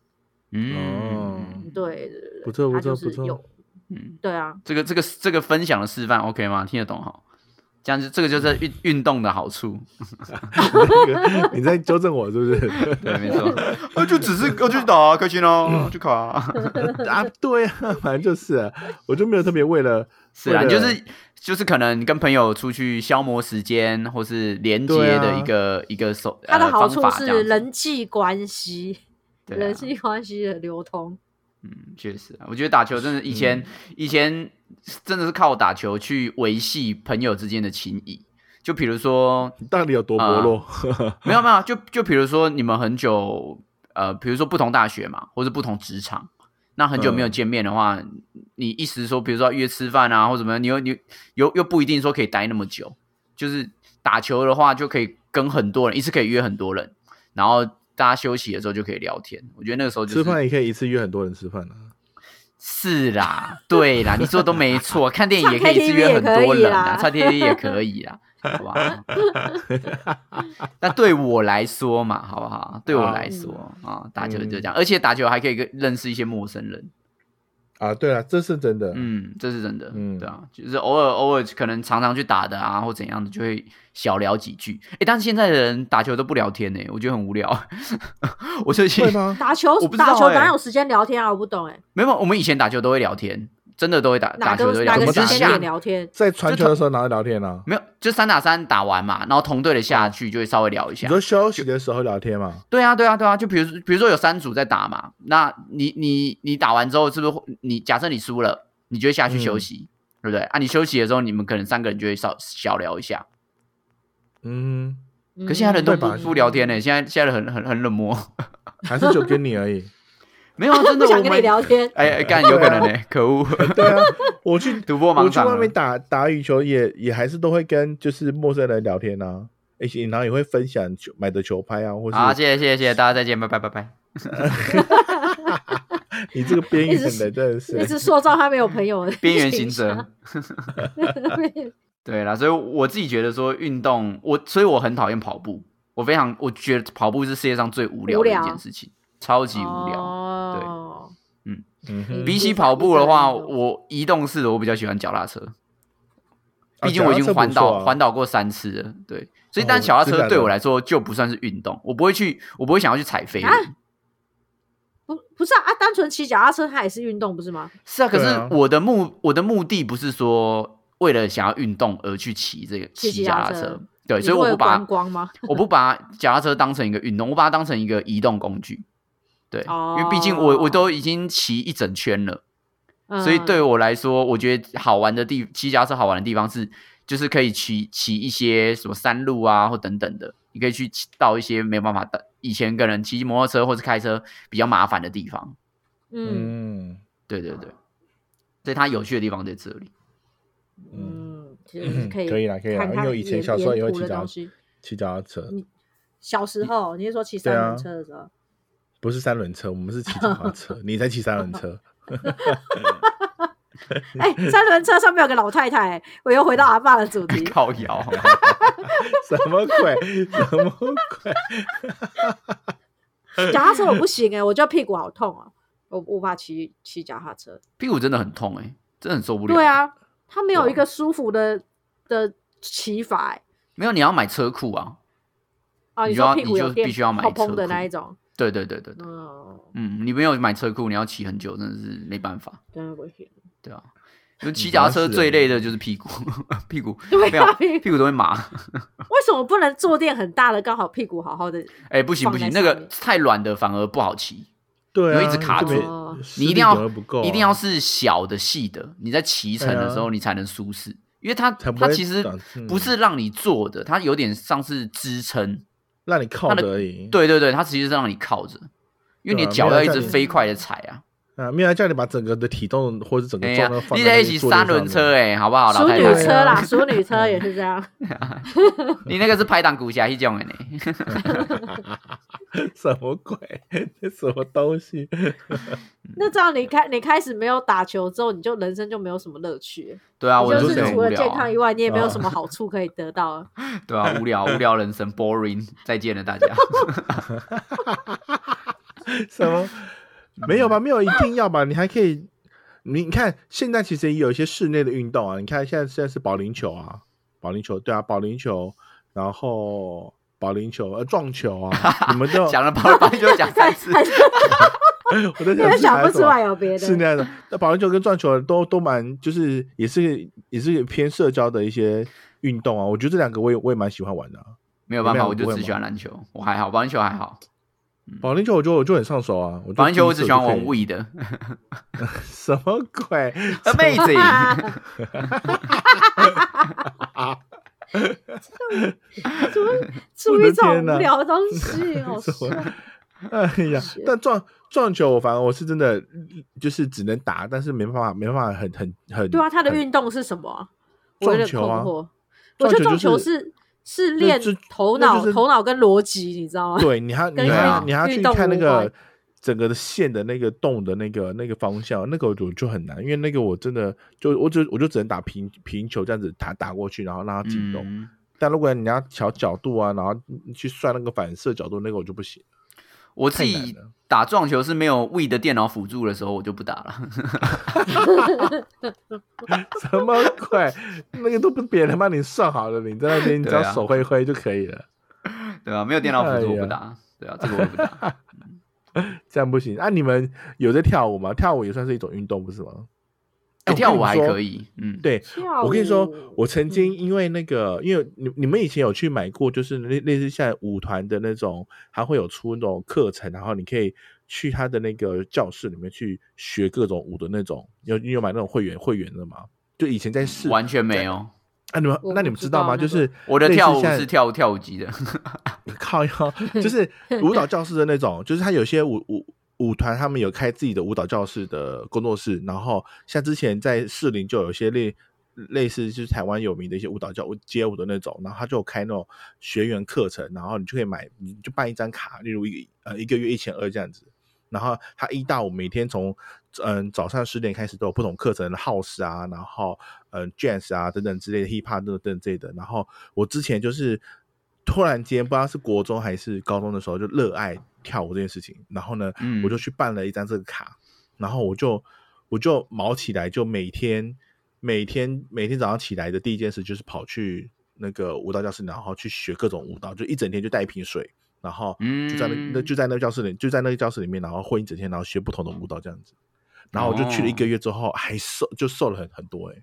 嗯，
对对对，
不错
它
不错
就是
不错
有
嗯，
对啊，
这个这个这个分享的示范 OK 吗？听得懂哈？这样就这个就是运运动的好处，
那个你在纠正我是不是？
对，没错，那哦就只是我去打啊，开心哦，去考啊，
啊，对啊， 反正就是啊、我就没有特别为了
是啦，
为了
就是就是可能跟朋友出去消磨时间，或是连接
对啊
的一个一个手，
它的
呃
好
方
处
法这
是
样子
人际关系，
对啊
人际关系的流通。
嗯，确实啊，我觉得打球真的以前、
嗯
以前真的是靠打球去维系朋友之间的情谊，就比如说
你到底有多薄弱。
没有没有，就就比如说你们很久，呃，比如说不同大学嘛，或是不同职场，那很久没有
嗯
见面的话，你一时说，比如说要约吃饭啊，或怎么样，你又你又又不一定说可以待那么久。就是打球的话，就可以跟很多人一次可以约很多人，然后大家休息的时候就可以聊天。我觉得那个时候就
吃饭
是
也可以一次约很多人吃饭啊，
是啦，对啦，你说的都没错，看电影也
唱
可以一次
KTV
约很
也
多
可以
人
啦
啊，唱 KTV 也可以啦。好不好？ 那对我来说嘛，好不好？对我
好
来说啊，打
嗯
球就这样，而且打球还可以跟认识一些陌生人，
啊，对啊，这是真的。
嗯，这是真的，
嗯
对啊，就是偶尔偶尔可能常常去打的啊，或怎样的，就会小聊几句。哎，但是现在的人打球都不聊天呢、我觉得很无聊。 我最近
会吗？
打球
我不知道
打球
欸
哪有时间聊天啊？我不懂哎，
没有，我们以前打球都会聊天，真的都会打
哪
打球
个
都会
哪
聊
个
天，只
时
是
间
下
点聊天？
在传球的时候拿来聊天啊？
没有，就三打三打完嘛，然后同队的下去 就会稍微聊一
你
下。
说休息的时候聊天嘛？
对啊，对啊，对啊，就比如说比如说有三组在打嘛，那你你你打完之后，是不是会你假设你输了，你就会下去休
嗯
息，对不对？啊，你休息的时候，你们可能三个人就会少小聊一下。
嗯，
可现在人都
会
不
吧
不聊 天呢、现在现在人很很很冷 漠，
还是就跟你而已。
没有啊，真
不
的
想
我
跟你
们
聊天。
哎哎，干有可能呢、 可恶，
对啊，我去
突破
我
盲
去
场啊
外面
了。
打打羽球也也还是都会跟就是陌生人聊天啊，而且然后也会分享球买的球拍啊，或
好，
是
谢谢谢谢谢谢大家，再见，拜拜拜拜。
你这个边缘
一直
人真的
一直
是，
塑造他没有朋友的
边缘行
形象
者。 对啦，所以我自己觉得说运动，我所以我很讨厌跑步，我非常我觉得跑步是世界上最无聊
无
的一
聊
件事情，超级无聊。
哦，
嗯哼
比
你
起
是
跑步的话，
一个人运哦
我移动式的我比较喜欢脚踏车，
啊
毕竟我已
脚踏车
经环
不
岛、
错啊
环岛过三次了，对，所以
哦
但脚踏
知道
车
的
对我来说就不算是运动，我不会去，我不会想要去踩飞轮。
啊不不是啊，啊单纯骑脚踏车它也是运动，不是吗？
是啊，可
对
是
啊
我的目、我的目的不是说为了想要运动而去骑这个
骑
骑
脚
脚
踏
踏
车
车，对，
你
所以
是
我
为
不
了
把
观光吗？
我不把脚踏车当成一个运动，我把它当成一个移动工具。对，
哦
因为毕竟我我都已经骑一 整圈了，所以
嗯
对我来说，我觉得好玩的地骑脚踏车好玩的地方是，就是可以骑骑一些什么山路啊，或等等的，你可以去骑到一些没有办法的，以前可能骑摩托车或是开车比较麻烦的地方。
嗯
嗯
对对对，所以它有趣的地方在这 里。。
嗯，其实是可以
可以啦可以啦
看
因
看
为我以前
沿
小时候
沿
也会
途
骑
的
脚
东西。
骑脚踏车，
你小时候，你是说骑
对
三
啊
轮车的时候？
不是三轮车，我们是骑脚踏 车，你才骑三轮车。
哎、三轮车上面有个老太太，我又回到阿爸的主 题
靠 摇，
什么鬼？什么鬼？
脚踏车我不行哎、我觉得屁股好痛哦、我无法骑骑脚踏车。
屁股真的很痛哎、真的很受不了。
对，啊，它没有
对啊
一个舒服的
啊
的骑法、欸。
没有你要买车库啊。
啊，
你就
说
要
屁股
你
有
就
电
必须要买
后砰
车
的
库
那一种，
对对对对对，
嗯，
嗯，你没有买车库，你要骑很久，真的是没办法，
真的不行。
对啊。就骑脚踏车
你不要死
最
人
累的就是屁股， 屁股
对
没有
啊，屁
屁股都会麻。
为什么不能坐垫很大的，刚好屁股好好的？
哎、不行
放
不行，
在
那
上
个
面
太软的反而不好骑，
对啊，
有一直卡
就没
住
施
你一
力
定要
点会不够啊，
一定要是小的细的，你在骑乘的时
对
候
啊
你才能舒适，因为它
才不
它
会
其实
长嗯
不是让你坐的，它有点像是支撑。
让你靠
它的
着而已。
对对对，它其实是让你靠着，因为你的
对啊
脚
没有
要一
像
直
你
飞快的踩啊。
啊，没有叫你把整个的体重或者整个
哎呀
重量，放
你
在
在
那
一
个
起
坐垫
三轮
上面
车哎、好不好？老
淑
太嗯
女
对
车
太，
啊
啦，淑 女车也是这样。
你那个是拍档骨侠一种的呢。哎
什么鬼？ 这什么东西？
那这样你开你开始没有打球之后，你就人生就没有什么乐趣，
对啊，
你
我
就
就是是
很
除
无
了
聊
健
啊、
康以外，你也没有什么好处可以得到。
对 啊，无聊无聊人生 boring，再见了大家。
什么？
嗯
没有吧？没有一定要吧？你还可以，你你看现在其实也有一些室内的运动啊。你看现在现在是保龄球啊，保龄球对啊，保龄球，然后保龄球呃撞球 啊，你们都有
讲了半半就讲三次，
我在
因为
想
想不出来
有
有别
室内
的。
的。那保龄球跟撞球都都蛮就是也是也是偏社交的一些运动啊。我觉得这两个我也我也蛮喜欢玩的啊、
没有办
没
法，
有
我就
不会
只喜
吗
欢篮球，我还好，保龄球还好，
保龄球我就我就很上手啊，我
嗯保龄球我只喜欢玩
玩
we 的
什么鬼？
，amazing。
怎么出一种无聊的东西？ 好
什
笑
么 哎呀
是，
但撞撞球，我反而我是真的就是只能打，但是没办法，没办法很，很很很
对啊，它的
很
运动是什么啊？我有
撞
点
球
困
啊，
惑。我觉得撞
撞球
球
就是
是
那
练
就
头
那
脑
就是
头脑跟逻辑，你知道吗？
对，你还
跟
你还要
运
你还要
运
去
动
看那
无
个
关
整个的线的那个动的那个那个方向，那个我就就很难，因为那个我真的就我就我就只能打平平球这样子打打过去，然后让它进洞。
嗯，
但如果你要调角度啊，然后去算那个反射角度，那个我就不行。
我自
太难
己
了
打撞球是没有 we 的电脑辅助的时候，我就不打了。
什么鬼？那个都不是别人帮你算好了，你在那边你只要
对啊
手挥挥就可以了。
对啊，没有电脑辅助我
哎
不
呀
打。对啊，这个我不打。
这样不行。啊，你们有在跳舞吗？跳舞也算是一种运动，不是吗？
哎
哎
跳舞还可。
我跟你说
以，嗯，
对，
跳
我跟你说
舞，嗯
我曾经因为那个，因为你你们以前有去买过，就是类类似像舞团的那种，还会有出那种课程，然后你可以去他的那个教室里面去学各种舞的那种。有你有买那种会员会员的吗？就以前在试
完全没有。
啊，你们
我
那
不
你们
知
知道
道
吗？
那
就
个
是
我的
类似
跳舞
像
是跳跳舞机的，
靠腰，就是舞蹈教室的那种，就是他有些舞舞舞团，他们有开自己的舞蹈教室的工作室，然后像之前在士林就有一些类类似就是台湾有名的一些舞蹈教街舞的那种，然后他就有开那种学员课程，然后你就可以买，你就办一张卡，例如一个呃一个月一千二这样子。然后他一到五每天从嗯早上十点开始都有不同课程的 house 啊，然后嗯 jazz 啊等等之类的 hip hop 等等之类的。然后我之前就是突然间不知道是国中还是高中的时候就热爱跳舞这件事情，然后呢、
嗯
我就去办了一张这个卡，然后我就我就毛起来，就每天每天每天早上起来的第一件事就是跑去那个舞蹈教室，然后去学各种舞蹈，就一整天就带一瓶水。然后
嗯
就在那那就在那个教室里，就在那个教室里面，然后混一整天，然后学不同的舞蹈这样子。然后我就去了一个
哦
月之后，还瘦，就瘦了很很多哎、欸，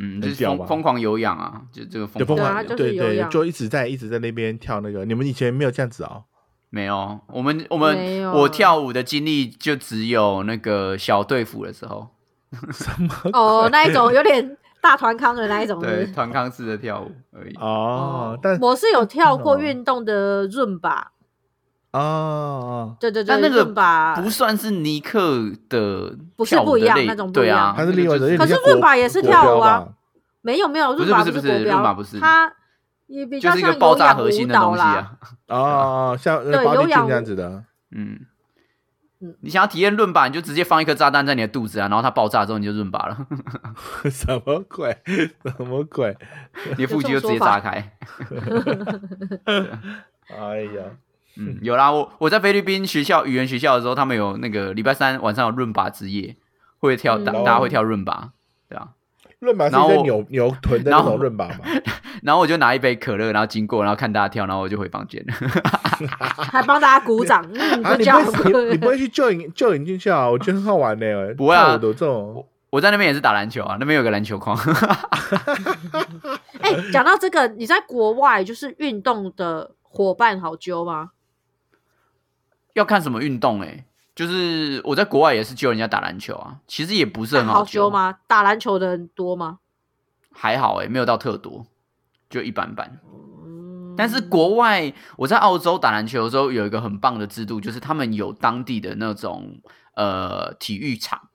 嗯，就是
屌
疯
吧
疯狂有氧啊，就这个疯
对疯
狂
有氧
有氧啊就是
对
有
对，
氧
就一直在一直在那边跳那个。你们以前没有这样子啊、
没有，我们我
没
们
有啊
我跳舞的经历就只有那个小队服的时候，
什么？
哦，那一种有点大团康的那一种是不
对，
是。
团康式的跳舞而
嗯
已。
哦，但
我是有跳过
哦
运动的润吧，
啊啊，
对对对，
但那个
润吧
不算是尼克的
不是
跳舞
不一
的
样
类
那种不
对
一
啊
样，
它是另外的，
那个就
因为你
可是
像国
润吧也是
国
跳
标
舞啊
吧，
没有没有
不是
润
不
吧
是
是
不是
国标，
润吧不是
它也比
就
较
是一个
像
爆
有
炸
氧
核心
舞
的东
蹈
西
啦。
啊。
啊啊，啊像
对
body
有
king
氧
这样
舞
子的，
嗯
嗯，
你想要体验润吧，你就直接放一颗炸弹在你的肚子啊，然后它爆炸之后你就润吧了，
什么鬼？ 什么鬼？
你的腹肌就直接炸开。
哎呀，
嗯，有啦，我我在菲律宾学校语言学校的时候，他们有那个礼拜三晚上有润吧之夜，会跳大、
嗯
大家
哦
会跳润吧，对啊。
润吧是
然后
在扭扭臀的那
然后
种 润吧嘛？
然后我就拿一杯可乐，然后经过，然后看大家跳，然后我就回房间。
还帮大家鼓掌，嗯，
啊，
不
你
叫
不会你你不会去救引救引进去啊？我觉得很好玩呢，
不会啊
跳舞的这种
我在那边也是打篮球啊，那边有个篮球框。
哎、讲到这个，你在国外就是运动的伙伴好揪吗？
要看什么运动哎、就是我在国外也是救人家打篮球啊，其实也不是很
好
救
揪？吗？打篮球的人多吗？
还好哎、没有到特多，就一般般。
嗯，
但是国外，我在澳洲打篮球的时候有一个很棒的制度，就是他们有当地的那种呃体育场，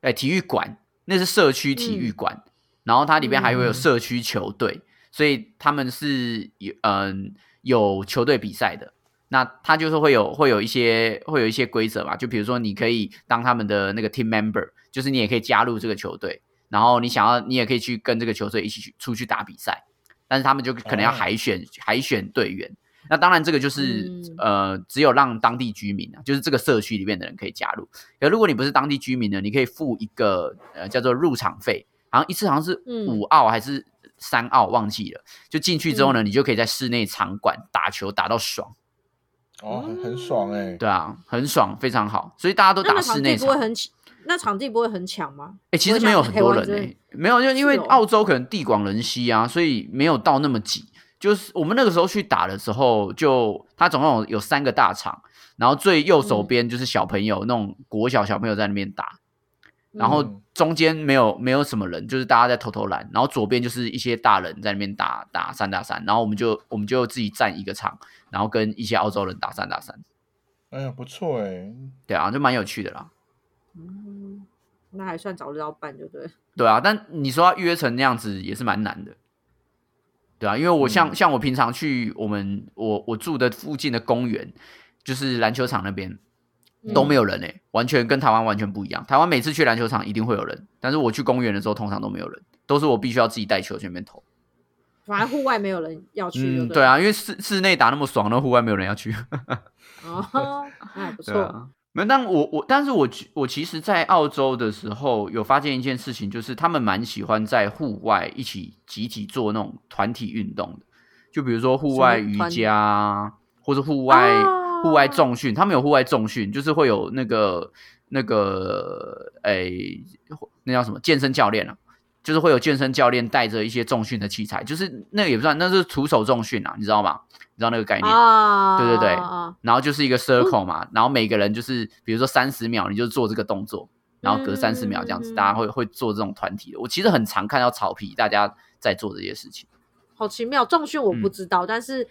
哎、体育馆，那是社区体育馆，然后它里边还会有
嗯
社区球队，所以他们是有嗯、有球队比赛的。那他就是会有会有一些会有一些规则嘛，就比如说你可以当他们的那个 team member，就是你也可以加入这个球队，然后你想要你也可以去跟这个球队一起去出去打比赛。但是他们就可能要
哦
海选、海选队员。那当然，这个就是、
嗯
呃，只有让当地居民啊，就是这个社区里面的人可以加入。可如果你不是当地居民呢，你可以付一个呃叫做入场费，好像一次好像是
嗯
五澳还是三澳，忘记了。就进去之后呢，
嗯
你就可以在室内场馆打球打到爽，
哦，很很爽
欸
哎，
对啊，很爽，非常好。所以大家都
那
打
个
室
场
内
地不会
场。
很起，那场地不会很抢吗？
哎、其实
不会
没有
像
很
台
多
湾
人哎、
这
没有，就因为
是哦
澳洲可能地广人稀啊，所以没有到那么挤。就是我们那个时候去打的时候就，它总共有有三个大场，然后最右
嗯
手边就是小朋友、那种国小小朋友在那边打，然后
嗯
中间没有没有什么人，就是大家在偷偷懒，然后左边就是一些大人在那边打打三打三，然后我们就我们就自己站一个场，然后跟一些澳洲人打三打三，
哎呀，不错
欸
哎，
对啊，就蛮有趣的啦。
嗯，那还算找得到伴，就对了。
对啊，但你说要约成那样子也是蛮难的，对啊，因为我
嗯
像、像我平常去我们我我住的附近的公园，就是篮球场那边
嗯
都没有人诶、完全跟台湾完全不一样。台湾每次去篮球场一定会有人，但是我去公园的时候通常都没有人，都是我必须要自己带球去那边投。
反正户外没有人要去，
嗯，
对
对
了。
啊，因为室室内打那么爽，那户外没有人要去。
哦，那还不
对
错。
啊，没有，但我我但是我其我其实，在澳洲的时候有发现一件事情，就是他们蛮喜欢在户外一起集体做那种团体运动的，就比如说户外
什么
瑜
团
伽啊，或者户外、
哦
户外重训，他们有户外重训，就是会有那个那个诶、那叫什么健身教练啊。就是会有健身教练带着一些重训的器材，就是那个也不算，那是徒手重训啊，你知道吗？你知道那个概念？
啊，
对对对
啊
然后就是一个 circle 嘛，然后每个人就是比如说三十秒，你就做这个动作，然后隔三十秒这样子，
嗯
大家会会做这种团体的。我其实很常看到草皮大家在做这些事情，
好奇妙。重训我不
嗯
知道，但是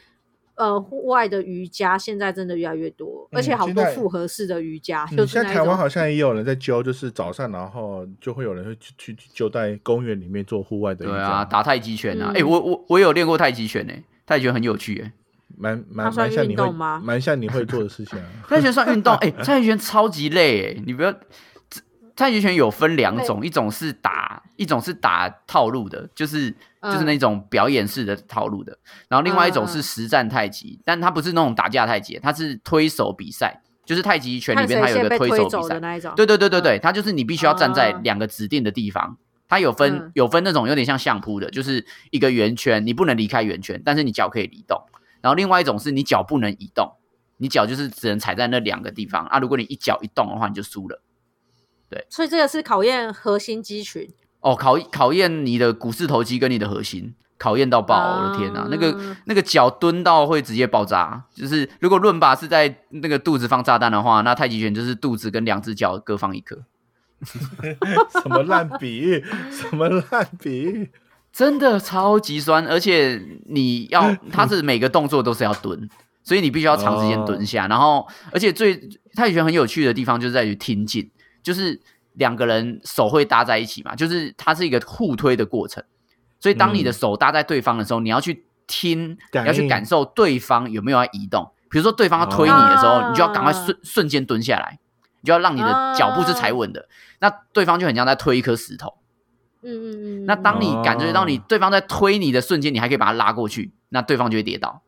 呃，户外的瑜伽现在真的越来越多，而
嗯
且好
现
多
在
复合式的瑜伽，
嗯
就
现
是
在
那
台
一
湾
种。
好像也有人在揪，就是早上然后就会有人会去去去揪在公园里面做户外的瑜
对啊，
伽，
打太极拳啊，
嗯
哎、我我我有练过太极拳呢、太极拳很有趣哎、。
蛮蛮
它算
蛮像你
运
会
动吗
蛮像你会做的事情啊
太极拳算运动，哎、太极拳超级累哎、你不要。这太极拳有分两种，一种是打，一种是打套路的，就是就是
嗯
那种表演式的套路的，然后另外一种
嗯嗯
是
嗯
实战太极，但它不是那种打架太极，它是推手比赛，就是太极拳里
看
面
谁
它有一
先
个
被
推手
推
比
走
赛
的，那一种。
对对对对对，它就是你必须要站在
嗯哦
两个指定的地方。它有分、
嗯
有分那种有点像相扑的，就是一个圆圈，你不能离开圆圈，但是你脚可以移动。然后另外一种是你脚不能移动，你脚就是只能踩在那两个地方啊。如果你一脚一动的话，你就输了。
所以这个是考验核心肌群。
哦，考考验你的股四头肌跟你的核心，考验到爆！我的天哪、那个
啊
那个脚蹲到会直接爆炸。就是如果论吧是在那个肚子放炸弹的话，那太极拳就是肚子跟两只脚各放一颗。
什么烂比喻，什么烂比喻，
真的超级酸，而且你 要，它是每个动作都是要蹲，所以你必须要长时间蹲
哦
下。然后，而且最太极拳很有趣的地方就是在于挺紧，就是两个人手会搭在一起嘛，就是它是一个互推的过程。所以，当你的
嗯
手搭在对方的时候，你要去听，你
感
要去
应
感受对方有没有要移动。比如说，对方要推你的时候，
哦
你就要赶快瞬瞬间蹲下来，你就要让你的脚步是踩稳的。那对方就很像在推一颗石头。
嗯嗯嗯。
那当你感觉到你
哦
对方在推你的瞬间，你还可以把他拉过去，那对方就会跌倒。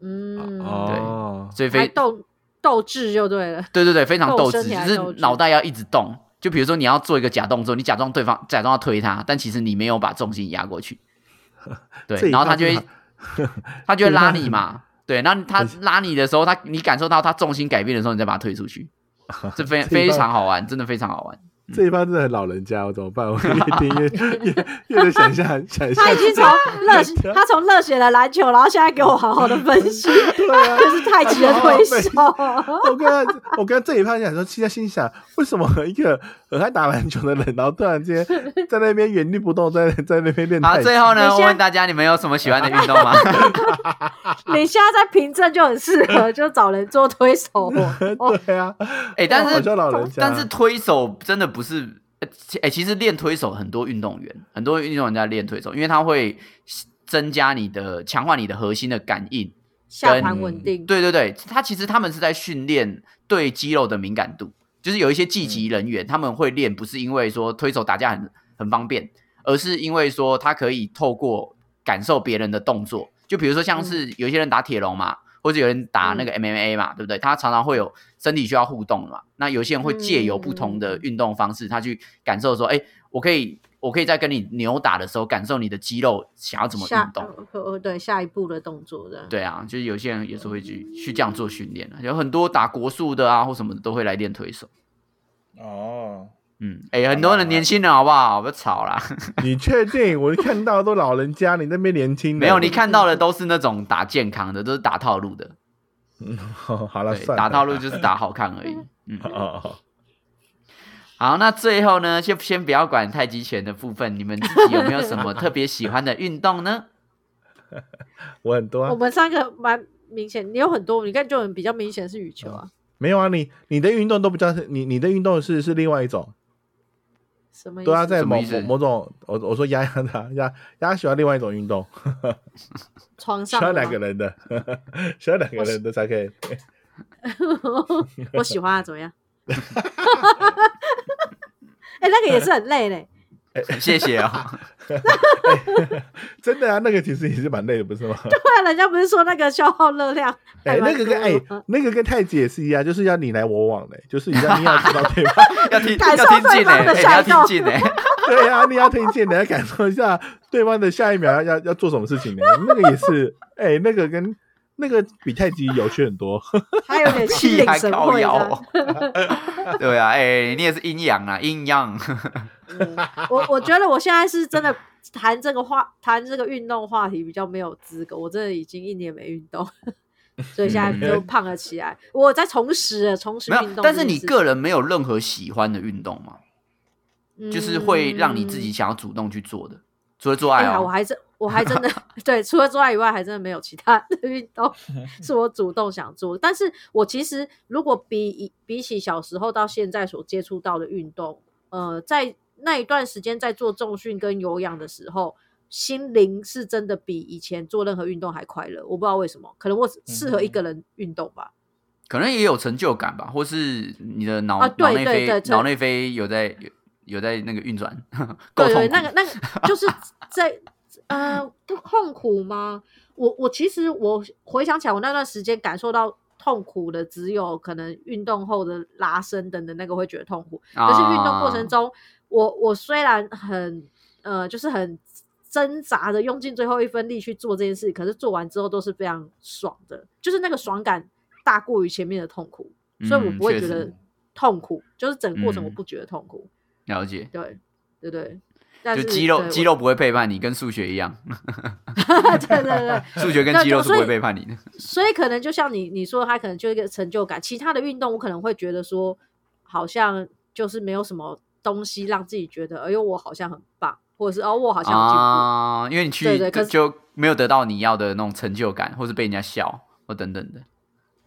嗯，
哦，
所以
还
非
斗斗志就对了。
对对对，非常斗
斗
志，
身体
就
还
是
斗志
脑袋要一直动。就比如说你要做一个假动作，你假装对方假装要推他，但其实你没有把重心压过 去。
这
对，
一
然后
套
他就会
真的好
他就会
这一套
拉你 嘛。对，那他
很
拉你的时候，他你感受到他重心改变的时候，你再把他推出 去，这非
这一
非
套
常好玩，真的非常好玩。
这一帮真的很老人家，我怎么办？我越听越越越能想象，想象
他已经从热血，他从热血的篮球，然后现在给我好好的分 析，
对啊。
就是太极的推手。
哦
我跟他，我跟他这一趴讲说，现在心想，为什么一个很爱打篮球的人，然后突然间在那边原地不动，在在那边练
好，
太极
最？后
等
呢，
一
我
下
问大家，你们有什么喜欢的运动吗？
你现在在凭证就很适 合，就找人做推手。哦，
对啊，
哎，但
好
是
像老人家，
但是推手真的不是，呃其哎、其实练推手很多运动员，很多运动员在练推手，因为它会增加你的、强化你的核心的感应。
下盘稳定。
对对对，他其实他们是在训练对肌肉的敏感度，就是有一些技击人员、他们会练，不是因为说推手打架很很方便，而是因为说他可以透过感受别人的动作，就比如说像是有一些人打铁笼嘛。或者有人打那个 MMA 嘛，对不对？他常常会有身体需要互动嘛。那有些人会借由不同的运动方式，他去感受说，哎、我可以，我可以在跟你扭打的时候，感受你的肌肉想要怎么
下
运动。
呃呃对下一步的动作的。
对啊，就是有些人也是会去去这样做训练啊，有很多打国术的啊或什么的都会来练推手。
哦，
嗯，哎、很多人年轻人好不好？不要吵啦，
你确定？我看到都老人家，你那边年轻的
没有，你看到的都是那种打健康的，都是打套路的，
嗯 好好了，
对，
算
打
了
套路就是打好看而已。嗯，
哦哦，哦
好，那最后呢，先先不要管太极拳的部分，你们自己有没有什么特别喜欢的运动呢？
我很多啊
我，们三个蛮明显，你有很多，你看就很比较明显是羽球啊，
没有啊，你你的运动都不叫你你的运动是是另外一种，
嗯
什么意
对啊，
思？
在
什么
某
意思
某某种，我我说丫丫的啊丫丫喜欢另外一种运动，
床
需
上
要
的
两个
吗？
人的， 需要两个人的才可以。
我喜欢啊，怎么样？哎，那个也是很累嘞，
谢谢哦。
真的啊，那个其实也是蛮累的，不 是吗？
不然人家不是说那个消耗热量？
哎、
还蛮
那个跟哎、
多的嗯吗
那个跟太极也是一样，就是要你来我往 的、就是你要你要知道对方，
要听
感受
要听
对
进哎、
方的
哎
下
要
一道
听进哎、
对啊，你要推荐，你要感受一下对方的下一秒要要要做什么事情呢、那个也是，哎、那个跟那个比太极有趣很多。
还有点心
屁
领
还
神
高
会
腰
的
哦。。 对啊，哎、你也是阴阳啊，阴阳。
嗯我我觉得我现在 是真的谈这个话，谈这个运动话题比较没有资格。我真的已经一年没运动， 所以现在就胖了起来。我在重拾了，重拾
嗯没
运
有，
动这件事情。
但是你个人没有任何喜欢的运动吗？就是会让你自己
嗯。
想要主动去做的，除了做
哎
爱
呀，
哦。
我还真我 还真的对，除了做爱以外，还真的没有其他的运动是我主动想做。但是我其实如果比以比起小时候到现在所接触到的运动，呃，在那一段时间在做重训跟有氧的时候，心灵是真的比以前做任何运动还快乐。我不知道为什么，可能我
嗯
适合一个人运动吧。
可能也有成就感吧，或是你的脑
啊对
脑内
对对
啡
这
脑内啡有在有有在那个运转， 够
对
痛
对，
苦
那个那个 就是在呃不痛苦吗？我我其实我回想起来，我那段时间感受到痛苦的只有可能运动后的拉伸等等那个会觉得痛苦，
啊
可是运动过程中，我我虽然很呃就是很挣扎的用尽最后一分力去做这件事，可是做完之后都是非常爽的，就是那个爽感大过于前面的痛苦，所以我
嗯
不会
确
觉
实
得痛苦，就是整个过程我
嗯
不觉得痛苦，
了解，
对对对。但
就是肌肉
对
肌
我
肉不会背叛你，跟数学一样，
对对对，
数学跟
那
肌
就
肉是不
所
会
以
背叛你的。
所以可能就像你你说，他可能就一个成就感。其他的运动，我可能会觉得说，好像就是没有什么东西让自己觉得，哎呦，我好像很棒，或者是哦，我好像有进步。
啊，因为你去
对对可
就是就没有得到你要的那种成就感，或是被人家笑或等等的。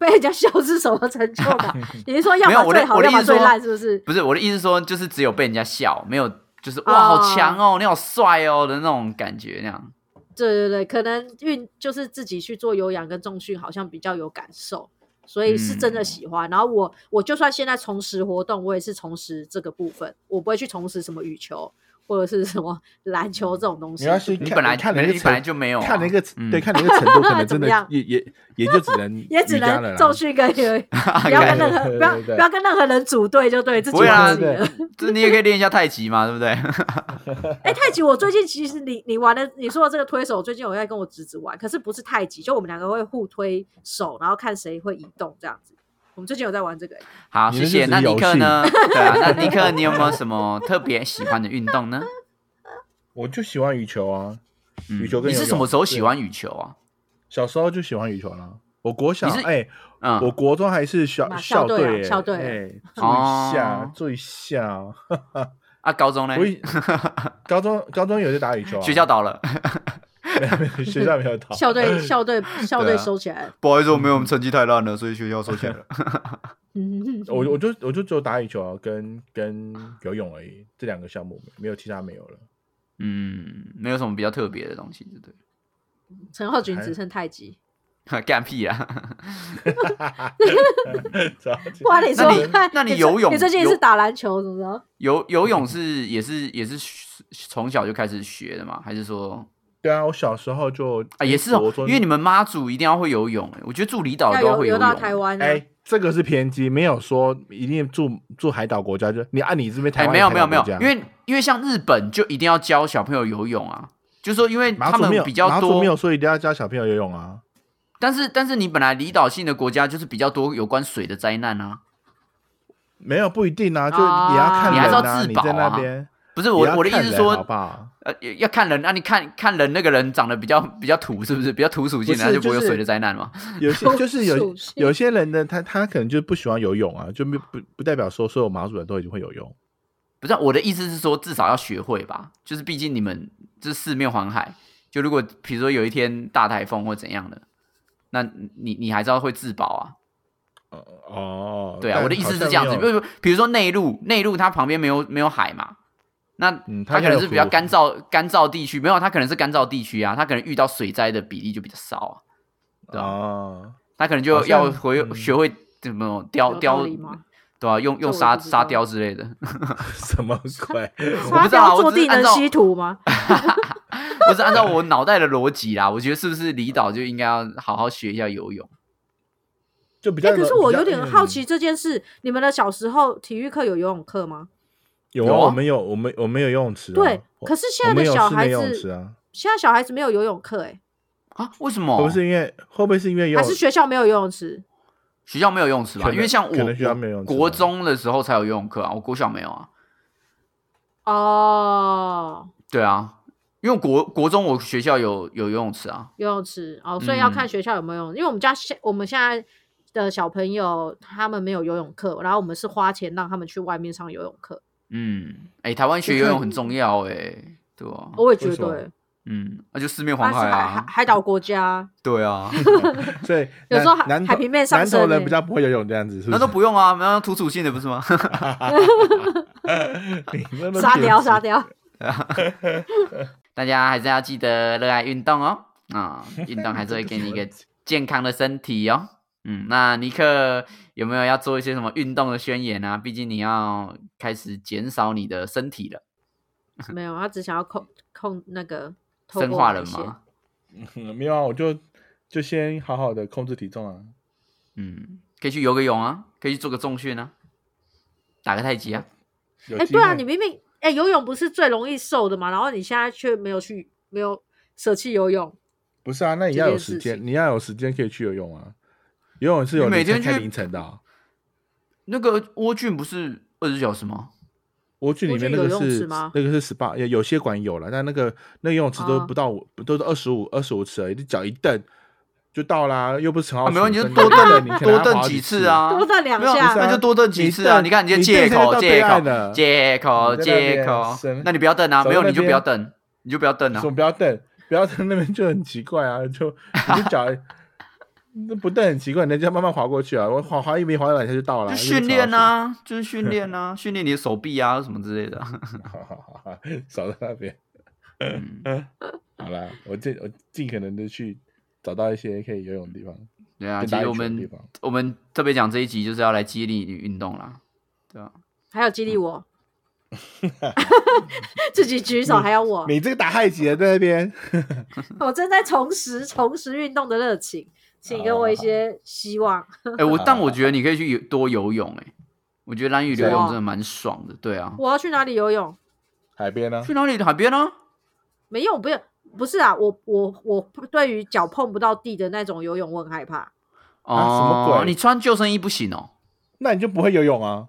被人家笑是什么成就 感？你是说要
没有
么
我的
最好，
我的
要
意思
么最
说
烂，是不是？
不是我的意思说，就是只有被人家笑，没有就是哇
哦
好强哦，你好帅哦的那种感觉那样。
对对对，可能运就是自己去做有氧跟重训，好像比较有感受，所以是真的喜
嗯
欢。然后我我就算现在重拾活动，我也是重拾这个部分，我不会去重拾什么羽球或者是什么 篮球这种东西
没。关系，
你
看
本来
看了一个
你
程
本来就没有啊
看了 一个
嗯
对，看了一个程度，可能
怎
真
么
的
样
也也也就只能
也只
瑜伽了啦
能
啊
重训跟 有，不要跟任何
对对对
不要
对对
不要跟任何人组队，就对自己
不会啊
玩自己的。
这你也可以练一下太极嘛，对不对？
哎、太极，我最近其实你你玩的，你说的这个推手，我最近有在跟我侄子玩，可是不是太极，就我们两个会互推手，然后看谁会移动这样子。我们最近有在玩这个、哎
好，
你
谢谢。
那就是
那尼
游
克
戏
呢？对啊，那尼克你有没有什么特别喜欢的运动呢？
我就喜欢羽球啊，
嗯
羽球跟
你
游
是什
泳
么时候
对
喜欢羽球啊？
小时候就喜欢羽球啦。我国小
你是
哎，
嗯，
我国中还是小
嘛校
校
队啊
队耶，
校队
哎，注
哦
意一下，注意一下哦。
啊，高中呢？
我以 高中高中有在打羽球啊，
学校倒了，
没 有学校没 有打，
校队校队校
对
队
啊
收起来了。
不好意思，我们我们成绩太烂了，所以学校收起来了。
嗯，
我我就我就只有打羽球啊，跟跟游泳而已，这两个项目没有其他没有了。
嗯，没有什么比较特别的东西，对 不
陈浩群只剩太极。
对？干屁啊！
超级
哇，你说
那你
看，
那你
最
游泳
你最近
游
是打篮球，怎么着？
游游
嗯
泳是也是也是学从小就开始学的嘛？还是说
对啊，我小时候就
啊也是哦
哎国？中
因为你们妈祖一定要会游泳、欸，我觉得住离岛的
要
都要
游
会泳。
到台湾啊？
哎，这个是偏激，没有说一定住住海岛国家，就你按你这边台
哎、
湾
没
是
有
海
没有
岛
没有
国家，
因为因为像日本就一定要教小朋友游泳啊，就说因为
马
他
祖
们
没有
比较
马祖
多
没，有说一定要教小朋友游泳啊。
但是但是你本来离岛性的国家就是比较多有关水的灾难啊。
没有不一定啊，就
啊
也要看
你
人
还
是要
啊。
自
你
保
在那
啊
边，
不是
也要
我我的意
看
思是
人
说
好，不好？
呃要要看人啊，你看看人那个人长得比较比较土是不是？比较土属性
不
的，
是
他就不会有
就是
水的灾难嘛。
有些就是有
属性
有些人呢，他他可能就不喜欢游泳啊，就没不不代表说所有马祖人都一定会游泳。
不是啊我的意思是说，至少要学会吧，就是毕竟你们这四面环海，就如果比如说有一天大台风或怎样的，那你你还是要会自保啊。
呃哦，
对啊，
但
我的意思
好
是
像
这样子，
没
比
有
如比如说内陆，内陆它旁边没有没有海嘛，那
嗯
它
它
可能
没有
是比较
湖
干燥干燥地区，没有它可能是干燥地区啊，它可能遇到水灾的比例就比较少啊，对啊，
哦，
它可能就
好像
要回
嗯
学会怎么
有
雕
道
雕
理，吗？
对啊，用用
这我
沙
就不知
沙
道
雕之类的，
什么鬼？
我不
沙
知道啊
雕
我
坐
只是
地
按
能
照
吸土吗？
我是按照我脑袋的逻辑啦，我觉得是不是离岛就应该要好好学一下游泳？
就比
哎、
较。
可是
比
我
较
有点好，奇
嗯
这件事，你们的小时候体育课有游泳课吗？
有
有
啊，
啊
我们有我们我们有游泳池啊，
对，
我
可是现在
我们
的
有
小
室
孩
内游泳池
子，
啊，
现在小孩子没有游泳课、欸，
啊？为什
会
么？
不会是因为会不会是因为游
还是
泳？
学校没有游泳池？
学校没有游泳池
可
吧？
能
因为像我
可能学校没有游泳池吧
我国中的时候才有游泳课啊，我国小没有啊。
哦，
对啊，因为国国中我学校有有游泳池啊。
游泳池哦，所以要
嗯
看学校有没有游泳，因为我们家现我们现在的小朋友他们没有游泳课，然后我们是花钱让他们去外面上游泳课，
嗯，哎、台湾学
就
游
看
泳很重要哎、对啊，
我也觉
为什
得、
么
欸，
嗯，那、就四面
它
环
是海海
啊，
海岛国家，
对 啊，
所以
有
南
时候海
南
海
投
平面上
南投
升
人
欸
比较不会游泳这样子，是不
那
是
都？不用啊，那土属性的不是吗？
你那么
沙
久
雕沙雕，
大家还是要记得热爱运动哦， 啊、运动还是会给你一个健康的身体哦。嗯，那尼克有没有要做一些什么运动的宣言啊？毕竟你要开始减少你的身体了，
没有，他只想要控控 那个透
生
过
化
我的
人
线
嘛。
嗯没有啊，我就就先好好的控制体重啊。
嗯，可以去游个泳啊，可以去做个重训啊，打个太极啊。
有
哎、
机
对啊，
会
你明明哎、游泳不是最容易瘦的嘛，然后你现在却没有去，没有舍弃游泳，
不是啊，那你
这
要有
件
时
事
间，
情
你要有时间可以去游泳啊。游泳是有
你每
凌晨
天
开
去
凌晨的、啊，
那个蜗苣不是二十小时吗？
我去里
我去
面那
游
个
泳池
是
吗
那个是 SPA，有有些馆有了，但那个那个游泳池都
哦
不到五、都是二十五二十五尺而已，你脚一蹬，就到啦，又哦不是陈浩
啊
群，
没问题，就
真
多
的
蹬
你可能
多
还
蹬
滑
几
次
次，啊，
多蹬两
没有
下
那就多蹬几次啊！
你
你看你这
你
借
蹬才
口
到
借
对
口
岸呢
借口
你在那
借
边
口
神，
那你不要蹬啊，
走
没有
那
你就不
边
要蹬，你就不要蹬啊
说！不要蹬，不要蹬那边就很奇怪啊， 就你就脚那不蹬很奇怪，你就慢慢滑过去啊，我滑滑一米滑两下就到
就
了，又不
训
是
练
陈浩
啊，就是训练啊， 训练你的手臂啊什么之类的。
群，好好好好，少在那边。
嗯
好啦，我尽我尽可能的去找到一些可以游泳的地方，
对啊，
跟
其
打
实我
羽球的地
们
方
我们特别讲这一集就是要来激励你运动啦，对吧？
还有激励我，
嗯
自己举
嗯
手，还有我，
你这个打太极的在那边，
我正在重拾重拾运动的热情，请给我一
哦
些希望。
哎， 我但我觉得你可以去游多游泳，哎，我觉得蓝屿游
是
泳
啊
真的蛮爽的，对啊。
我要去哪里游泳？
海边呢、
去哪里？海边啊？
没有，不是不是啊，我我我对于脚碰不到地的那种游泳我很害怕，
哦，
啊什么鬼
你穿救生衣不行哦，
那你就不会游泳啊？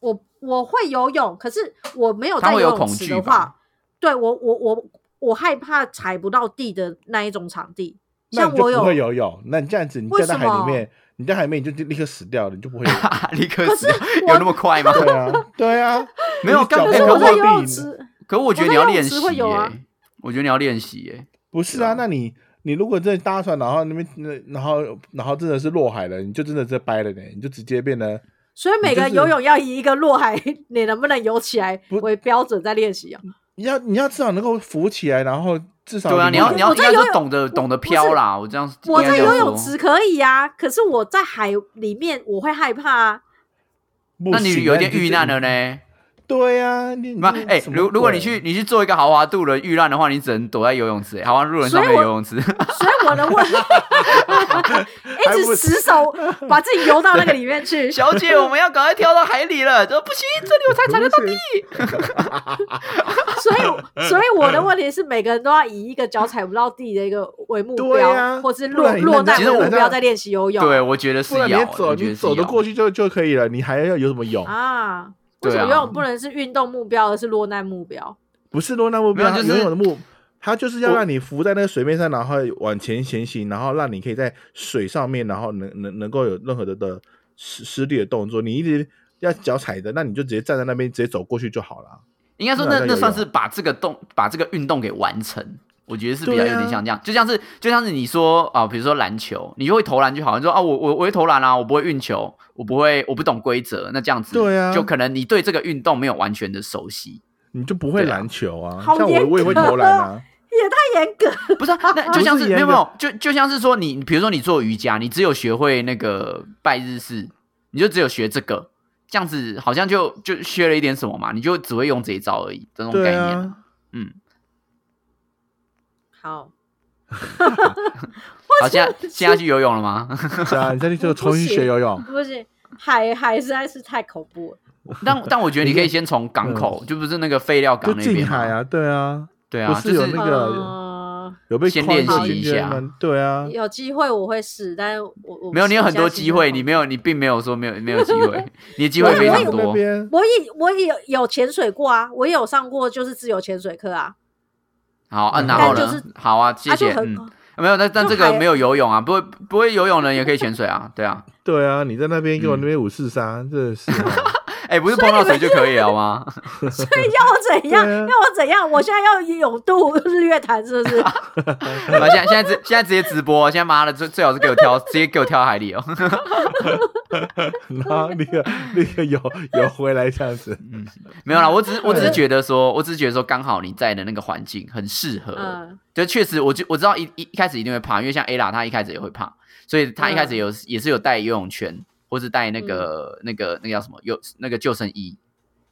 我我会游泳，可是我没有
他
在
会
游
有
泳
恐
池
惧
的
吧
话，对我我我我害怕踩不到地的那一种场地，
那
像
你就不
我有
会游泳，那你这样子，你掉到海
为什么
里面，你在海里面你就立刻死掉了，你就不会游 泳。
立刻
可
死
是
掉，
我
有那么快 吗？
对啊，对啊，
没有
你
刚
脚
可
哎
是
碰
我
不
在
到
游泳
地
池，
可我觉得
我
你要
在游泳
练
池
习
会有啊
耶，我觉得你要练习耶。
不是啊，那你你如果真的搭船，然后那边那然后然后真的是落海了，你就真的是掰了呢，你就直接变得
所以每
就
个
是
游泳要以一个落海 你能不能游起来
不
为标准在练习啊。
你要你要至少能够浮起来，然后至少
对啊，你要
能
你
够
要
我
应
在
该
游
是
泳
懂得
我
懂得
不是
飘啦。我这样
我
应该
在
这样
游泳
说
池可以啊，可是我在海里面我会害怕啊。
不
那你
行
有
啊
一点
就
遇难
这
了呢？
对啊，你
那
嗯
你
哎，
什么
如如果你
鬼
去你去做一个豪华渡轮遇难的话，你只能躲在游泳池，哎豪华渡轮上
所以
面有
我
游泳池，
所以我的问， 一
还不
直死守，把自己游到那个里面去。
小姐，我们要赶快跳到海里了，这不行，这里我才踩得到地。
所以，所以我的问题是，每个人都要以一个脚踩不到地的一个为目
对
标，
啊
或是
不
落
然你
落
那
单
你
为
其实
目
我
标在练习游泳。
对，我觉得是
不然
要，
你
我
走
觉
你
得
走
是
得
要
过。去就就可以了，你还要有什么泳？
啊，为什么
对啊
游泳不能是运动目标，而是落难目标？
不是落难目标，
没有就是
游泳的目，它就是要
我
让你浮在那个水面上，然后往前前行，然后让你可以在水上面，然后能能能够有任何的呃的施施力的动作。你一直要脚踩着，那你就直接站在那边，直接走过去就好了。
应该说
不然
那
在
那
游
算
泳
是把这个动把这个运动给完成。我觉得是比较有
对啊
点像这样，就像是就像是你说啊、比如说篮球，你会投篮就好，你说啊，我我我会投篮啊，我不会运球，我不会我不懂规则，那这样子，
对啊
就可能你对这个运动没有完全的熟悉，
你就不会
对啊
篮球啊？
好
像
严
我
格
我也会投篮啊，
也太严格了
不 是、啊？那就
不
像
是
是没有
严
没
格
有，就就像是说你，比如说你做瑜伽，你只有学会那个拜日式，你就只有学这个，这样子好像就就学了一点什么嘛，你就只会用这一招而已，这种概
对
念。
啊。
嗯，
好，
好，现在现在去游泳了吗？
对啊，你再去就重新学游泳。
不行，海海实在是太恐怖了。
但但我觉得你可以先从港口，就不是那个废料港
嗯就
那边
近
吗
海，啊，对啊，
对啊，
不是
就
有那个
呃
有被
先
框
练
过
习
圈
一
圈
下
吗？对啊，
有机会我会试，但是我哦我
没有，你有很多机会，你
没。
没有，你并没有说没有没有机 会，你的机会非
对啊
常
我那
多。
边
我也我也有有潜水过啊，我也有上过就是自由潜水课啊，
好，嗯，然
但
后
就
呢
是？
好啊，谢
啊就
谢。
很、
嗯，没有，但但
就
这个
海
没有游泳啊，不会不会游泳的人也可以潜水啊，对啊。
对啊，你在那边给我
嗯
那边五四三，真的是哦。
哎，不是碰到水就可以了吗？
所以要我怎样？
对啊
要我怎样？我现在要勇渡日月潭 是不是？
啊，现在现在直现在直接直播，现在妈的最最好是给我跳，直接给我跳海里哦。
然后那个那个游游回来这样子，
没有啦，我只是我只是
对
觉得说，我只是觉得说，刚好你在的那个环境很适合。
嗯，
就确实，我就我知道一一一开始一定会怕，因为像 A 啦，她一开始也会怕，所以她一
嗯
开始有、也是有带游泳圈，或是带那个、那个那个叫什么游那个救生衣，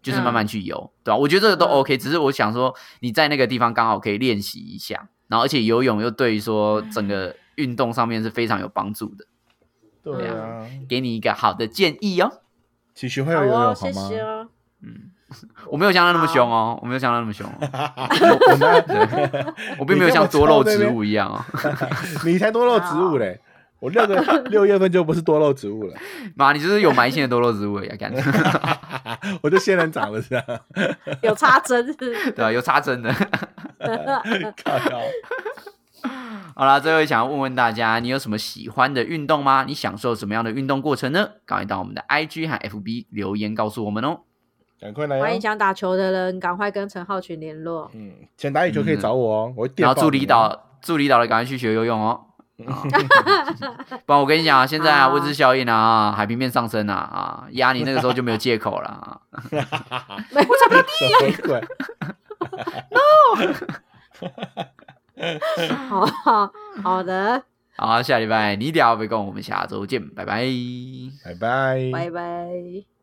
就是慢慢去游，对啊吧、我觉得这个都
嗯
OK，、只是我想说你在那个地方刚好可以练习一下，然后而且游泳又对于说
嗯
整个运动上面是非常有帮助的，
对啊，
给你一个好的建议哦。
请学会
好
游泳
哦，
好
谢
吗？
谢哦。
我没有像他那么凶哦，我没有像他那么凶、哦，
我们
我并没有像多肉植物一样哦。
你才多肉植物嘞，我六个六月份就不是多肉植物了，
妈，你就是有埋线的多肉植物啊呀，感 觉
我就仙人掌了是吧？
有
哎
啊
插针是不是
对吧、有插针的。
靠腰
好啦，最后也想要问问大家，你有什么喜欢的运动吗？你享受什么样的运动过程呢？赶快到我们的 IG 和 FB 留言告诉我们哦。
赶快来、
欢迎
哦！
想打球的人赶快跟陈浩群联络。
嗯，想打羽球可以找我哦，我会电
然
报
后助
你
理
哦。
导助理导的赶快去学游泳哦。 啊不然我跟你讲啊，现在啊
啊
温室效应啊，海平面上升啊啊，压你那个时候就没有借口了啊。
什么鬼？
好好好的，
好，下礼拜你屌被跟我们下周见，拜拜。
拜拜。
拜拜。